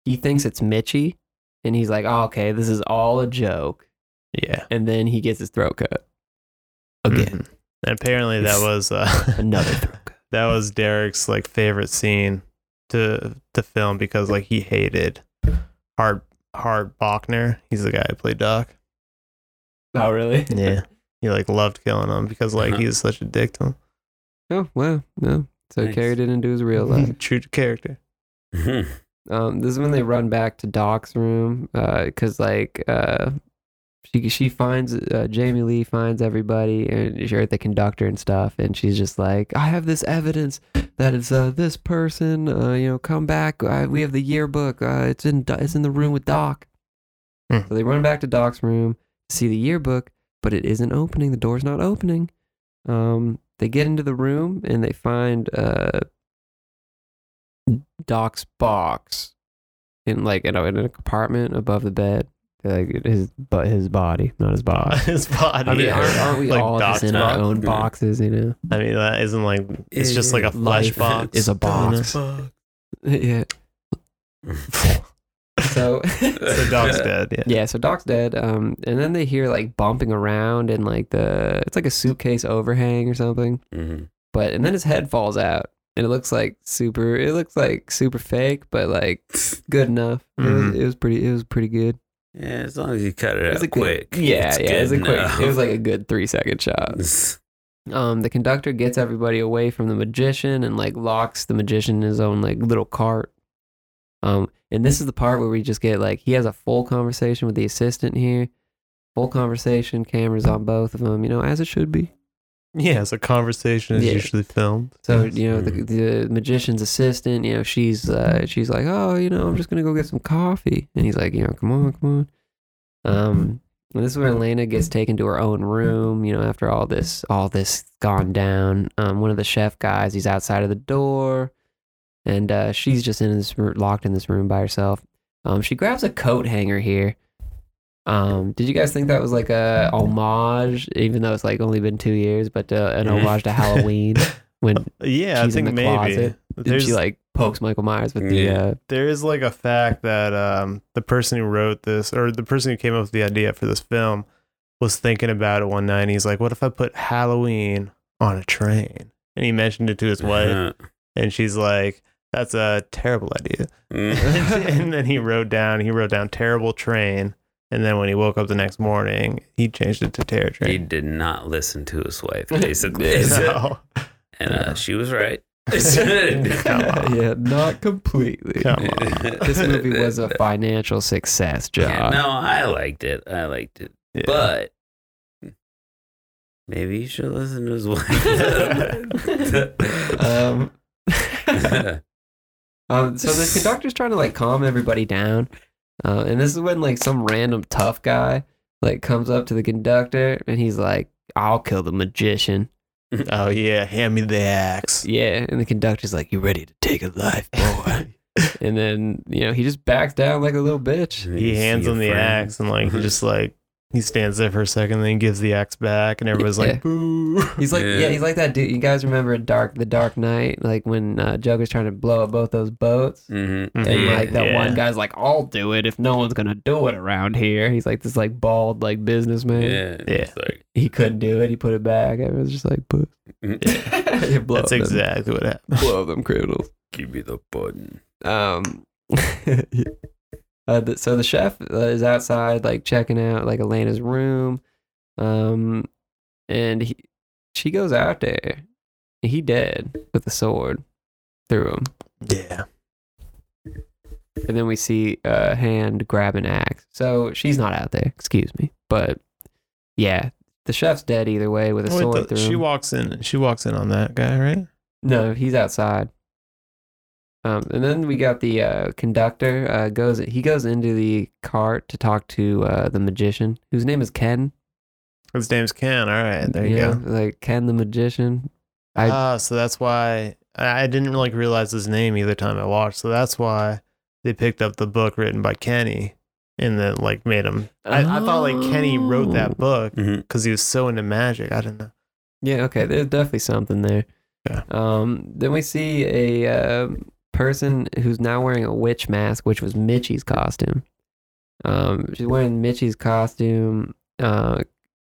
S1: he thinks it's Mitchie, and he's like, oh, "Okay, this is all a joke."
S2: Yeah.
S1: And then he gets his throat cut again,
S2: Mhm. And apparently that was uh,
S1: another throat cut.
S2: that was Derek's like favorite scene to to film because like he hated Hart Hart Bachner. He's the guy who played Doc.
S1: Oh, really?
S2: Yeah. He like loved killing him because like
S3: Uh-huh.
S2: he was such a dick to
S1: Oh, wow. No. So
S3: Nice.
S1: Carrie didn't do his real life.
S2: him. True to character.
S1: Um, this is when they run back to Doc's room, because like uh, she she finds uh, Jamie Lee finds everybody and she's the conductor and stuff, and she's just like, I have this evidence that it's uh, this person, uh, you know, come back. Uh, we have the yearbook. Uh, it's in Do- it's in the room with Doc.
S2: Hmm.
S1: So they run back to Doc's room to see the yearbook, but it isn't opening. The door's not opening. Um, they get into the room and they find uh, Doc's box in like in a, in a compartment above the bed. Like his but his body, not his box.
S2: His body.
S1: I mean,
S3: Yeah.
S1: aren't, aren't we
S2: Like
S1: all just
S2: Doc's
S1: in our
S2: box?
S1: own
S3: Yeah.
S1: boxes? You know,
S2: I mean, that isn't like it's just like a flesh
S1: Life
S2: box.
S1: is a box. yeah. So
S2: The dog's dead. Yeah.
S1: yeah, so Doc's dead. Um, and then they hear like bumping around and like the it's like a suitcase overhang or something.
S3: Mhm.
S1: But and then his head falls out and it looks like super. It looks like super fake, but like good enough. It,
S2: Mhm.
S1: was, it was pretty. It was pretty good.
S3: Mm-hmm. Yeah, as long as you cut it
S1: It was
S3: out
S1: a good-
S3: quick.
S1: yeah,
S3: it's
S1: yeah. It was a
S3: good
S1: quick.
S3: enough.
S1: It was like a good three second shot. Um, the conductor gets everybody away from the magician and like locks the magician in his own like little cart. Um, and this is the part where we just get like he has a full conversation with the assistant here, full conversation, cameras on both of them, you know, as it should be.
S2: Yeah, so conversation is
S1: Yeah.
S2: usually filmed.
S1: So you know the,
S3: Mhm.
S1: the magician's assistant, you know, she's uh, she's like, oh, you know, I'm just gonna go get some coffee, and he's like, you know, come on, come on. Um, and this is where Elena gets taken to her own room. You know, after all this, all this gone down. Um, one of the chef guys, he's outside of the door, and uh, she's just in this ro- locked in this room by herself. Um, she grabs a coat hanger here. Um, did you guys think that was like a homage, even though it's like only been two years, but uh, an
S3: Mhm.
S1: homage to Halloween when
S2: yeah, I
S1: she's in
S2: think
S1: the
S2: maybe
S1: closet, and
S2: there's
S1: she like pokes Michael Myers with the
S3: Yeah.
S1: uh,
S2: there is like a fact that um the person who wrote this or the person who came up with the idea for this film was thinking about it one night. and He's like, "What if I put Halloween on a train?" And he mentioned it to his wife,
S3: Uh,
S2: and she's like, "That's a terrible idea."
S3: mm.
S2: and then he wrote down he wrote down "terrible train," and then when he woke up the next morning, he changed it to "terror
S3: He
S2: train."
S3: did not listen to his wife, basically.
S1: Yeah.
S2: So-
S3: And uh, she was right.
S1: yeah, not completely.
S2: Come on.
S1: uh, This movie was a financial success, John.
S3: Yeah, no, I liked it. I liked it.
S2: Yeah.
S3: But maybe you should listen to his wife.
S1: Um, um, so the conductor's trying to like calm everybody down, uh, and this is when like some random tough guy like comes up to the conductor and he's like, "I'll kill the magician."
S2: Oh yeah, hand me the axe.
S1: Yeah, and the conductor's like, "You ready to take a life, boy?" and then you know he just backs down like a little bitch.
S2: He hands him the axe and like just like he stands there for a second, then he gives the axe back, and everybody's
S1: Yeah.
S2: like, "Boo!"
S1: He's like, yeah.
S3: Yeah.
S1: he's like that dude. You guys remember in Dark, the Dark Knight, like when uh, Joker's trying to blow up both those boats.
S3: hmm
S2: "Mm-hmm."
S1: And
S3: Yeah,
S1: like that
S2: yeah.
S1: one guy's like, I'll do it if no one's gonna do it around here. He's like this like bald like businessman.
S3: Yeah. It's like,
S1: He couldn't do it. He put it back. I was just like, "Pff."
S3: Mm-hmm.
S1: You blow
S2: That's
S1: them-
S2: exactly what happened.
S1: blow them criminals.
S3: give me the button.
S1: Um, uh, th- so the chef uh, is outside like checking out like Elena's room, um, and he, she goes out there. He dead with a sword through him.
S2: Yeah,
S1: and then we see a hand grab an axe. So she's not out there, excuse me. But yeah, the chef's dead either way with a
S2: Wait,
S1: sword
S2: the-
S1: through
S2: she
S1: him.
S2: walks in. She walks in on that guy, right?
S1: no, he's outside. Um, and then we got the uh, conductor uh, goes. He goes into the cart to talk to uh, the magician, whose name is Ken.
S2: His name's Ken. All right, there you
S1: Yeah,
S2: go.
S1: Like Ken the magician. I-
S2: Ah, so that's why I I didn't like realize his name either time I watched. So that's why they picked up the book written by Kenny and then like made him. I, I thought like Kenny wrote
S1: Oh.
S2: that book
S3: Mhm.
S2: because he was so into magic. I didn't know.
S1: Yeah, okay. There's definitely something there.
S2: Yeah.
S1: Um, then we see a um person who's now wearing a witch mask, which was Mitchie's costume. Um, she's wearing Mitchie's costume. Uh,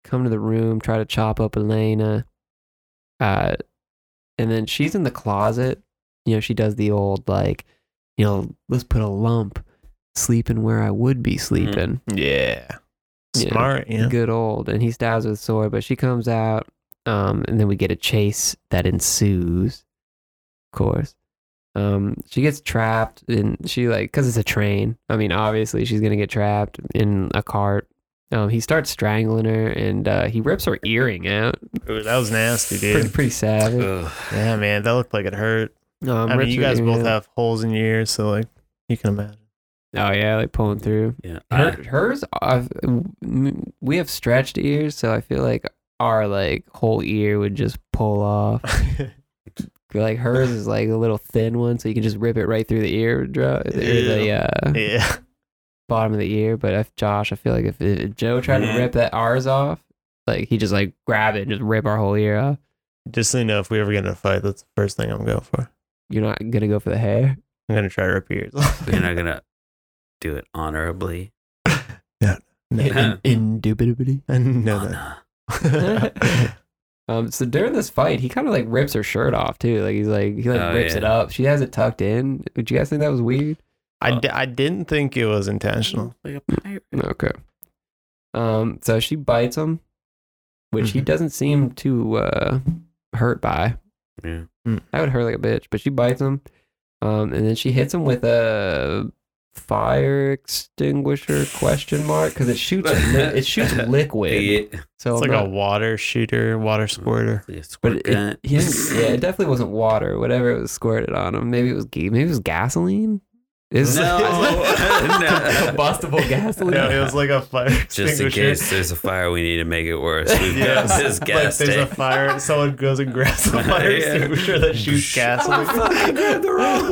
S1: come to the room, try to chop up Elena. Uh, and then she's in the closet. You know, she does the old like, you know, let's put a lump, sleeping where I would be sleeping
S2: Yeah,
S1: Yeah.
S2: smart. Yeah,
S1: good old and he stabs with sword but she comes out um, and then we get a chase that ensues of course um, she gets trapped and she like because it's a train i mean obviously she's gonna get trapped in a cart um, he starts strangling her and uh, he rips her earring out
S2: Ooh, that was nasty,
S1: pretty,
S2: dude.
S1: pretty savage
S3: Ugh.
S2: Yeah, man, that looked like it hurt.
S1: um,
S2: Uh, I mean,
S1: rips
S2: you
S1: her
S2: guys
S1: earring
S2: both
S1: out.
S2: have holes in your ears, so like you can imagine.
S1: oh yeah like pulling through
S3: Yeah. I-
S1: Her, hers I've, m- we have stretched ears so i feel like our like whole ear would just pull off like hers is like a little thin one, so you can just rip it right through the ear, dr- or the
S2: Ew.
S1: uh,
S2: yeah,
S1: bottom of the ear. But if Josh, I feel like if, if Joe tried to
S3: Mhm.
S1: rip that ours off, like he just like grab it and just rip our whole ear off.
S2: just so you know, if we ever get in a fight, that's the first thing I'm going for.
S1: You're not gonna go for the hair.
S2: I'm gonna try to rip your ears off.
S3: You're not gonna do it honorably.
S2: No.
S1: Indubitably.
S2: no, no.
S3: Honor.
S1: Um. So during this fight, he kind of like rips her shirt off too. Like he's like he like
S3: Oh,
S1: rips
S3: yeah.
S1: it up. She has it tucked in. Would you guys think that was weird?
S3: Uh,
S2: I, d- I didn't think it was intentional.
S3: Like a pirate.
S1: Okay. Um. So she bites him, which he
S3: Mm-hmm.
S2: Mhm.
S1: doesn't seem too uh hurt by.
S3: Yeah.
S1: I would hurt like a bitch, but she bites him. Um, and then she hits him with a fire extinguisher question mark because it shoots li- it shoots liquid.
S3: Yeah.
S1: So
S2: It's like
S1: I'm
S2: a
S1: not-
S2: water shooter, water squirter.
S3: Like a
S1: but
S3: squirt
S1: it,
S3: gun.
S1: he didn't- yeah, it definitely wasn't water. Whatever it was squirted on him, maybe it was ga- maybe it was gasoline. Is
S3: No. No.
S1: combustible gasoline?
S2: No, it was like a fire
S3: Just in
S2: extinguisher.
S3: case there's a fire, we need to make it worse. We've
S2: Yeah.
S3: got this
S2: like
S3: gas
S2: there's a
S3: tank.
S2: fire, someone goes and grabs a fire
S3: Yeah.
S2: extinguisher that shoots gas.
S1: Oh, fuck, I grabbed the wrong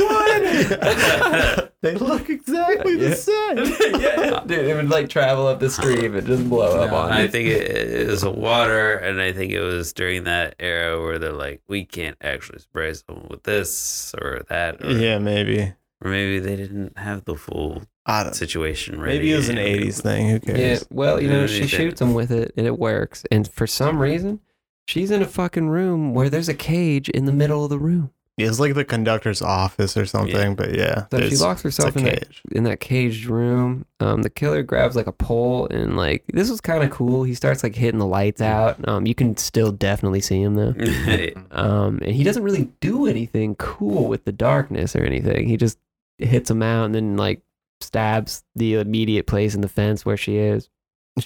S1: one.
S2: they look exactly
S1: Yeah.
S2: the same.
S1: yeah, dude, it would like travel up the stream and just blow up
S3: No,
S1: on
S3: I
S1: it.
S3: think it is water, and I think it was during that era where they're like, we can't actually spray someone with this or that, or,
S2: Yeah, maybe.
S3: or maybe they didn't have the full
S2: I don't.
S3: situation ready.
S2: Uh, Maybe it was an '80s thing. Who
S1: Yeah,
S2: cares?
S1: well, you know,
S3: Yeah,
S1: she
S3: they
S1: shoots
S3: did.
S1: him with it and it works. And for some reason, she's in a fucking room where there's a cage in the middle of the room.
S2: Yeah, it's like the conductor's office or something, but yeah.
S1: So she
S2: it's-
S1: locks
S2: it's a
S1: herself in that
S2: cage.
S1: in that caged room. Um, the killer grabs like a pole and like this was kind of cool. He starts like hitting the lights out. Um, you can still definitely see him though. Um, and he doesn't really do anything cool with the darkness or anything. He just hits him out and then like stabs the immediate place in the fence where she is.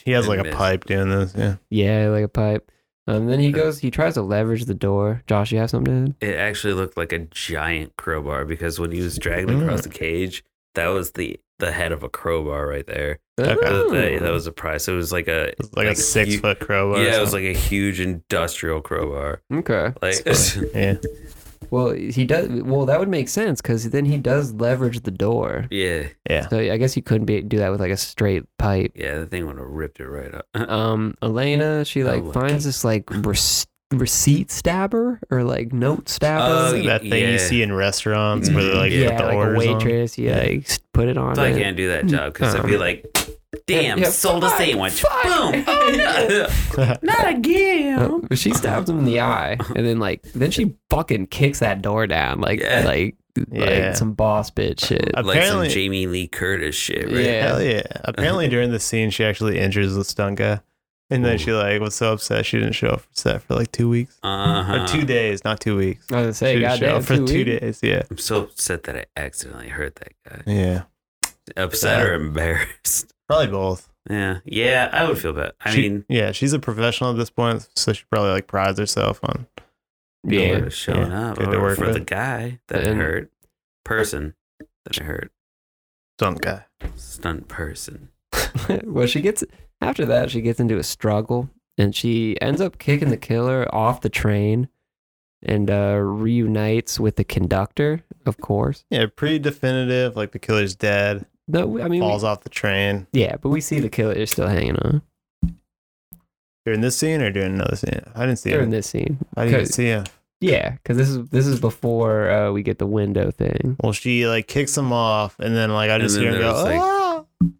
S2: He has like a
S3: Goodness.
S2: pipe doing this. Yeah.
S1: Yeah, like a pipe. Um, then he
S3: Okay.
S1: goes. He tries to leverage the door. Josh, you have something to add?
S3: it actually looked like a giant crowbar because when he was dragged
S2: Mm.
S3: across the cage, that was the the head of a crowbar right there.
S2: Okay.
S3: That, that- that
S1: Oh.
S3: was a prize. It was like a
S2: It's like, a
S3: hu-
S2: six foot crowbar. or
S3: Yeah, it was
S2: something.
S3: like a huge industrial crowbar.
S1: okay.
S3: Like
S2: yeah.
S1: Well, he does. Well, that would make sense because then he does leverage the door.
S3: yeah,
S2: Yeah.
S1: So I guess he couldn't be, do that with like a straight pipe.
S3: yeah, the thing would have ripped it right up.
S1: Um, Elena, she
S3: Oh
S1: like
S3: my
S1: finds this like rec- receipt stabber or like note stabber.
S3: Oh,
S2: that thing
S3: yeah.
S2: you see in restaurants where they like
S1: Mm-hmm. yeah,
S2: put the
S1: like a
S2: orders on.
S1: waitress. Yeah,
S2: Yeah.
S1: like s- put it on.
S3: So I
S1: it.
S3: can't do that job because I'd be like, damn,
S1: Yeah,
S3: sold
S1: fuck,
S3: a sandwich.
S1: fuck.
S3: Boom. Oh, no. Not again.
S1: Oh, but she stabs him in the eye, and then like then she fucking kicks that door down, like
S3: Yeah.
S1: like
S2: Yeah.
S1: like some boss bitch shit.
S3: Like some
S2: Apparently-
S3: Jamie Lee Curtis shit, right?
S1: Yeah.
S2: Hell yeah. Apparently during the scene she actually injures the stunt guy. And then she like was so upset she didn't show up for set for like two weeks.
S3: Uh-huh.
S2: Or two days, not two weeks.
S1: I was gonna
S2: she
S1: say,
S2: didn't show
S1: goddamn,
S2: up for two
S1: weeks.
S2: days, yeah.
S3: I'm so upset that I accidentally hurt that guy.
S2: Yeah.
S3: Upset
S2: Yeah.
S3: or embarrassed?
S2: Probably both.
S3: Yeah, yeah, I would feel bad. I
S2: She-
S3: mean,
S2: yeah, she's a professional at this point, so she probably like prides herself on.
S3: I
S1: Yeah,
S3: would have shown up
S2: Good to
S3: or
S2: work
S3: for
S2: with.
S3: the guy that
S1: And-
S3: hurt, person that hurt,
S2: Stunt guy.
S3: stunt person.
S1: well, she gets after that. She gets into a struggle, and she ends up kicking the killer off the train, and uh, reunites with the conductor. Of course,
S2: Yeah, pretty definitive. Like the killer's dead,
S1: no, we- I mean, we-
S2: falls off the train
S1: yeah, but we see the killer is still hanging on
S2: during this scene or during another scene. I didn't see
S1: during
S2: him.
S1: this scene.
S2: I didn't even
S1: cause-
S2: see him.
S1: Yeah, because this is this is before uh, we get the window thing.
S2: Well, she like kicks him off, and then like I
S3: And
S2: just
S3: then
S2: hear him
S3: there
S2: go,
S3: was, like-
S2: "Ah!"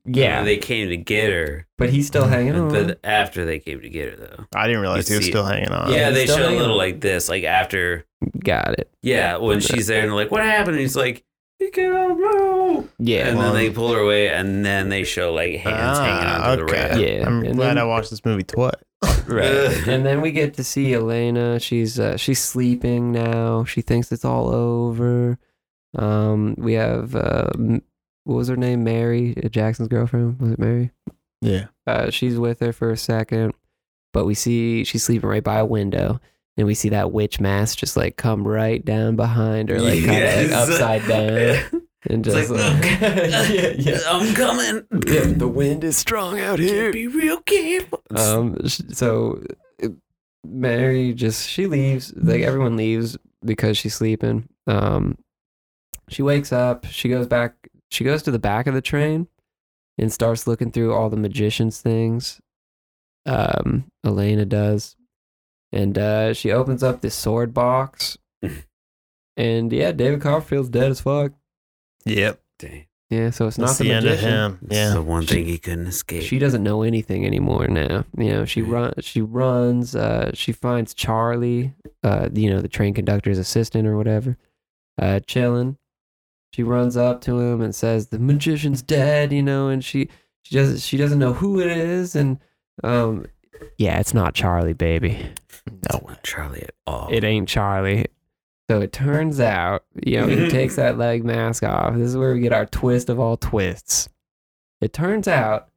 S1: Yeah,
S3: they came to get her,
S1: but he's still hanging on.
S3: but then after they came to get her though.
S2: I didn't realize he was
S3: see it.
S2: still hanging on.
S3: yeah, they
S1: he's still
S3: show a
S1: hanging
S3: little
S1: on.
S3: like this, like after.
S1: Got it.
S3: Yeah, when she's there and they're like, what happened? And he's like, he can't move.
S1: Yeah,
S3: And then
S2: Well-
S3: they pull her away, and then they show like hands hanging
S2: Ah,
S3: onto the rail.
S1: Yeah,
S2: I'm
S1: and
S2: glad
S1: then-
S2: I watched this movie twice.
S3: Ugh.
S1: and then we get to see Elena. She's uh, she's sleeping now. She thinks it's all over. Um, we have uh, M- what was her name? Mary uh, Jackson's girlfriend. Was it Mary?
S2: Yeah,
S1: Uh, she's with her for a second, but we see she's sleeping right by a window. And we see that witch mask just like come right down behind her, like kind of
S3: Yes.
S1: like upside down, and
S3: It's
S1: just
S3: like,
S1: like,
S3: "Look, I'm coming.
S1: Yeah, the wind is strong out
S3: Can't Be real careful.
S1: Um, sh- so uh, Mary just she leaves. Like everyone leaves because she's sleeping. Um, she wakes up. She goes back. She goes to the back of the train and starts looking through all the magicians' things. Um, Elena does, and uh, she opens up this sword box. And yeah, David Copperfield's dead as fuck.
S2: yep.
S3: Dang.
S1: Yeah, so it's not
S2: That's
S1: the,
S2: the end of
S1: magician
S2: him.
S3: This is
S2: Yeah,
S3: the one
S1: She-
S3: thing he couldn't escape.
S1: she doesn't know anything anymore now. You know, she
S3: Right.
S1: run she runs, uh, she finds Charlie, uh, you know, the train conductor's assistant or whatever, uh, chilling. She runs up to him and says, The magician's dead, you know, and she she doesn't she doesn't know who it is and um Yeah, it's not Charlie, baby.
S2: no
S3: Not Charlie at all.
S1: It ain't Charlie. So it turns out, you know, he takes that leg mask off. This is where we get our twist of all twists. It turns out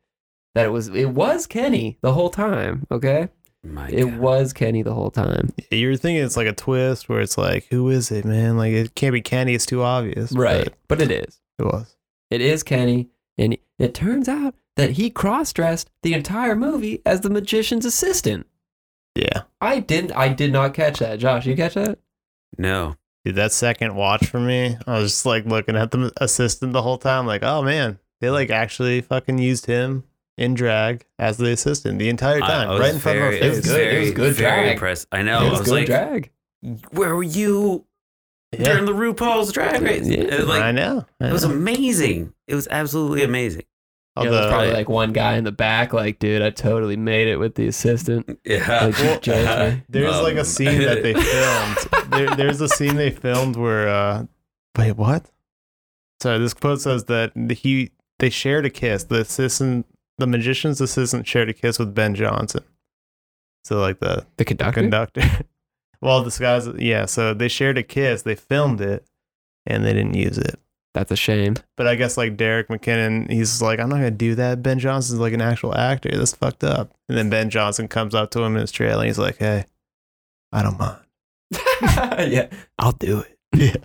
S1: that it was it was Kenny the whole time, okay?
S3: My
S1: It
S3: God.
S1: was Kenny the whole time.
S2: you were thinking it's like a twist where it's like, who is it, man? Like it can't be Candy. It's too obvious.
S1: Right. But it is.
S2: but It was.
S1: It is Kenny and it turns out that he cross-dressed the entire movie as the magician's assistant.
S2: Yeah.
S1: I didn't I did not catch that. Josh, you catch that?
S3: No.
S2: Dude, that second watch for me, I was just like looking at the assistant the whole time, like, oh man, they like actually fucking used him in drag as the assistant the entire
S3: I-
S2: time,
S3: I was
S2: right in front
S3: very,
S2: of our
S1: It
S2: face.
S1: was good. It was good
S3: Very
S1: drag.
S3: impressed. I know.
S1: it was,
S3: Oh, I was
S1: good
S3: like,
S1: drag.
S3: where were you
S2: Yeah,
S3: during the RuPaul's Drag Race?
S1: Yeah.
S3: It was like,
S2: I know. I
S3: it was
S2: know.
S3: amazing. It was absolutely amazing.
S1: Yeah, there's
S2: Although,
S1: probably like one guy in the back, like, dude, I totally made it with the assistant.
S3: Yeah.
S1: Like, you judge me.
S2: there's like a
S3: Um,
S2: scene that they filmed. there, there's a scene they filmed where, uh, wait, what? Sorry, this quote says that he they shared a kiss. The assistant, the magician's assistant, shared a kiss with Ben Johnson. So like the
S1: The conductor.
S2: conductor. well, this guy's yeah. So they shared a kiss. They filmed it, and they didn't use it.
S1: That's a shame.
S2: But I guess like Derek McKinnon, he's like, I'm not gonna do that. Ben Johnson's like an actual actor. That's fucked up. And then Ben Johnson comes up to him in his trailer and he's like, Hey, I don't mind.
S1: yeah, I'll do it.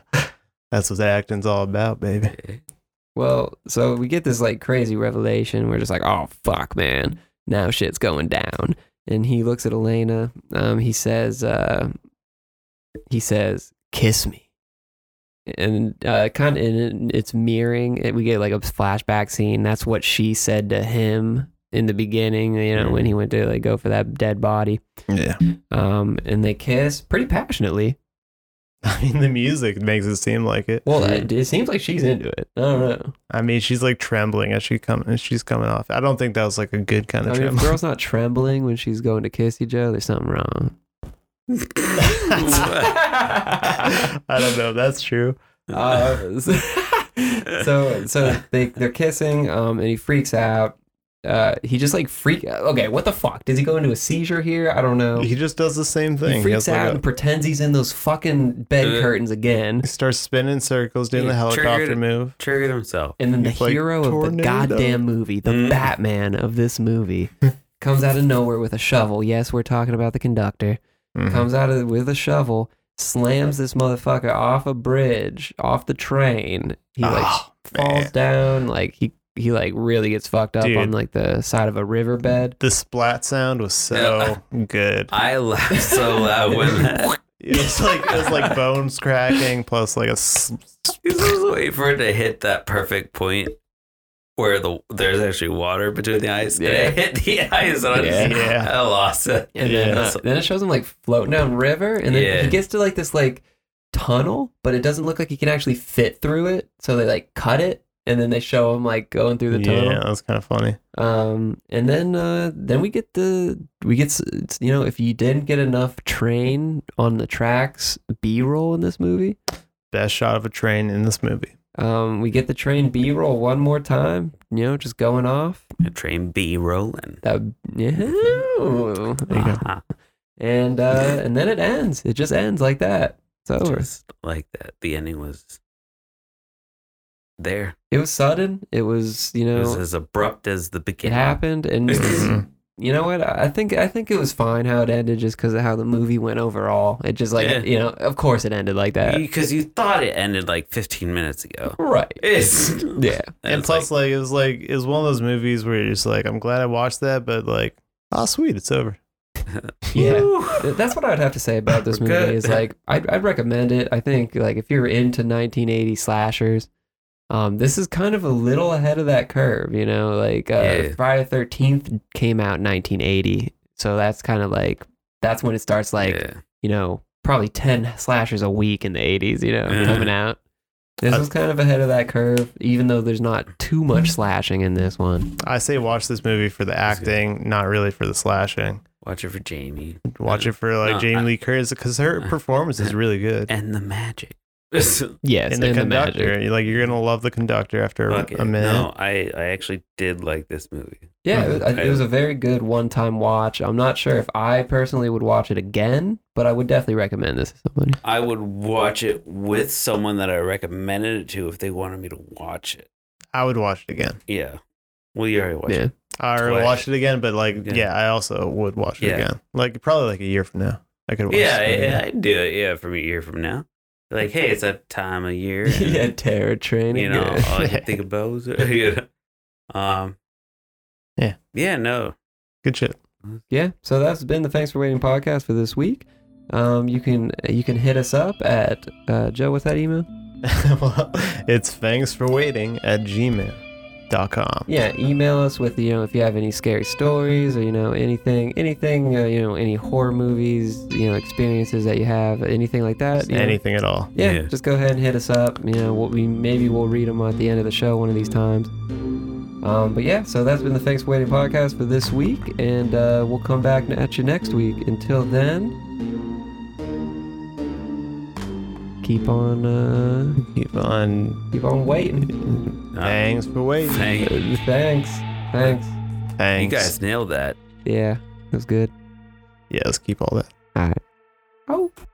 S2: That's what acting's all about, baby.
S1: Eh. Well, so we get this like crazy revelation. We're just like, oh fuck, man, now shit's going down. And he looks at Elena. Um, he says, uh, he says, kiss me. And uh, kind of, and it- it's mirroring. It- We get like a flashback scene. That's what she said to him in the beginning. You know, when he went to like go for that dead body.
S2: Yeah.
S1: Um, and they kiss pretty passionately.
S2: I mean the music makes it seem like it.
S1: Well,
S3: Mhm.
S1: it, it seems like she's into it. I don't know.
S2: I mean, she's like trembling as she come as she's coming off. I don't think that was like a good kind
S1: I
S2: of
S1: mean, if a
S2: trembling.
S1: girl's not trembling when she's going to kiss each other, there's something wrong.
S2: I don't know, if that's true.
S1: Uh, so, so, so they they're kissing, um, and he freaks out. Uh, he just like freak. Okay, what the fuck? Does he go into a seizure here? I don't know.
S2: He just does the same thing.
S1: He
S2: He,
S1: freaks
S2: has, like,
S1: out
S2: a-
S1: and pretends he's in those fucking bed
S3: Uh,
S1: curtains again.
S2: he starts spinning circles, doing
S3: He
S2: the helicopter
S3: triggered-
S2: move.
S3: Triggered himself.
S1: And then the
S2: He's like,
S1: hero of the
S2: "Tornado."
S1: goddamn movie, the
S3: Mm.
S1: Batman of this movie, comes out of nowhere with a shovel. Yes, we're talking about the conductor.
S2: Mhm.
S1: comes out of with a shovel, slams this motherfucker off a bridge, off the train. He like
S2: Oh,
S1: falls
S2: man.
S1: down, like he he like really gets fucked up
S2: Dude.
S1: on like the side of a riverbed.
S2: The splat sound was so good.
S3: I laughed so loud when that.
S2: It was like it was like bones cracking plus like a s-
S3: He's just waiting for it to hit that perfect point where the there's actually water between the ice. Yeah.
S1: Yeah.
S3: And it hit the ice, and I
S1: Yeah.
S3: just
S2: yeah.
S3: I lost it.
S1: And then uh,
S3: Yeah.
S1: then it shows him like floating down river, and then
S3: Yeah.
S1: he gets to like this like tunnel, but it doesn't look like he can actually fit through it. So they like cut it, and then they show him like going through the tunnel.
S2: Yeah, that was kind of funny.
S1: Um, and then uh, then we get the we get s- it's, you know if you didn't get enough train on the tracks B roll in this movie,
S2: Best shot of a train in this movie.
S1: um, we get the train B roll one more time. You know, just going off.
S3: A train B rolling.
S1: That yeah.
S3: Ah,
S1: And uh, and then it ends. It just ends like that. It's over.
S3: just like that. The ending was there.
S1: It was sudden. It was you
S3: It was
S1: know
S3: as abrupt as the
S1: it
S3: beginning.
S1: happened, and
S2: Mhm.
S1: you know what? I think I think it was fine how it ended, just because of how the movie went overall. It just like
S3: Yeah.
S1: you know, of course, it ended like that.
S3: Because you thought it ended like 15 minutes ago.
S1: Right.
S3: It's,
S1: Yeah.
S2: and
S3: it's
S2: plus, like, it was like it was one of those movies where you're just like, I'm glad I watched that, but like, oh sweet, it's over.
S1: Yeah.
S3: whew.
S1: Th- That's what I'd have to say about this
S3: We're
S1: movie.
S3: good.
S1: Is like I'd, I'd recommend it. I think like if you're into 1980 slashers, um, this is kind of a little ahead of that curve. You know, like uh,
S3: Yeah.
S1: Friday the 13th came out in 1980, so that's kind of like that's when it starts like
S3: Yeah.
S1: you know probably 10 slashers a week in the 80s. You know,
S3: Yeah.
S1: coming out. This
S2: I-
S1: was kind of ahead of that curve, even though there's not too much slashing in this one.
S2: I say watch this movie for the acting, not really for the slashing.
S3: Watch it for Jamie
S2: Watch it for like
S3: No,
S2: Jamie
S3: I-
S2: Lee Curtis because her performance is really good.
S3: and the magic. Fuck
S1: Yes, and,
S2: And the
S1: the magic.
S2: conductor, you're like you're gonna love the conductor after a,
S3: it.
S2: a minute.
S3: No, I, I actually did like this movie.
S1: Yeah, it was,
S2: Mhm.
S1: I- it was a very good one-time watch. I'm not sure if I personally would watch it again, but I would definitely recommend this to somebody.
S3: I would watch it with someone that I recommended it to if they wanted me to watch it.
S2: I would watch it again.
S3: Yeah. Well, you already watched
S1: yeah,
S3: it.
S2: I
S3: Twice.
S2: watch it again, but like, yeah,
S3: Yeah.
S2: I also would watch it
S3: Yeah.
S2: again. Like probably like a year from now, I could watch.
S3: Yeah,
S2: it
S3: yeah, I'd do it. Yeah, from a year from now. Like, hey, it's that time of year. and,
S1: yeah, terror train.
S3: You know,
S1: again.
S3: all I can think about was, you know, um,
S2: Yeah.
S3: yeah, no,
S2: Good shit.
S1: yeah. So that's been the thanks for waiting podcast for this week. Um, you can you can hit us up at uh, Joe. What's that email?
S2: well, it's thanks for waiting at gmail.com.
S1: Yeah, email us with you know if you have any scary stories or you know anything anything uh, you know any horror movies you know experiences that you have anything like that. you know.
S2: Anything at all.
S1: yeah,
S3: Yeah.
S1: just go ahead and hit us up. You know, we'll, we maybe we'll read them at the end of the show one of these times. Um, but yeah, so that's been the Thanks for Waiting podcast for this week, and uh, we'll come back at you next week. Until then, keep on uh,
S2: Keep on.
S1: keep on waiting.
S2: Thanks for waiting.
S3: Um, Thank you.
S1: Thanks. Thanks.
S3: You
S2: Thanks.
S3: guys nailed that.
S1: Yeah, that was good.
S2: Yeah, let's keep all that.
S1: All right. Oh.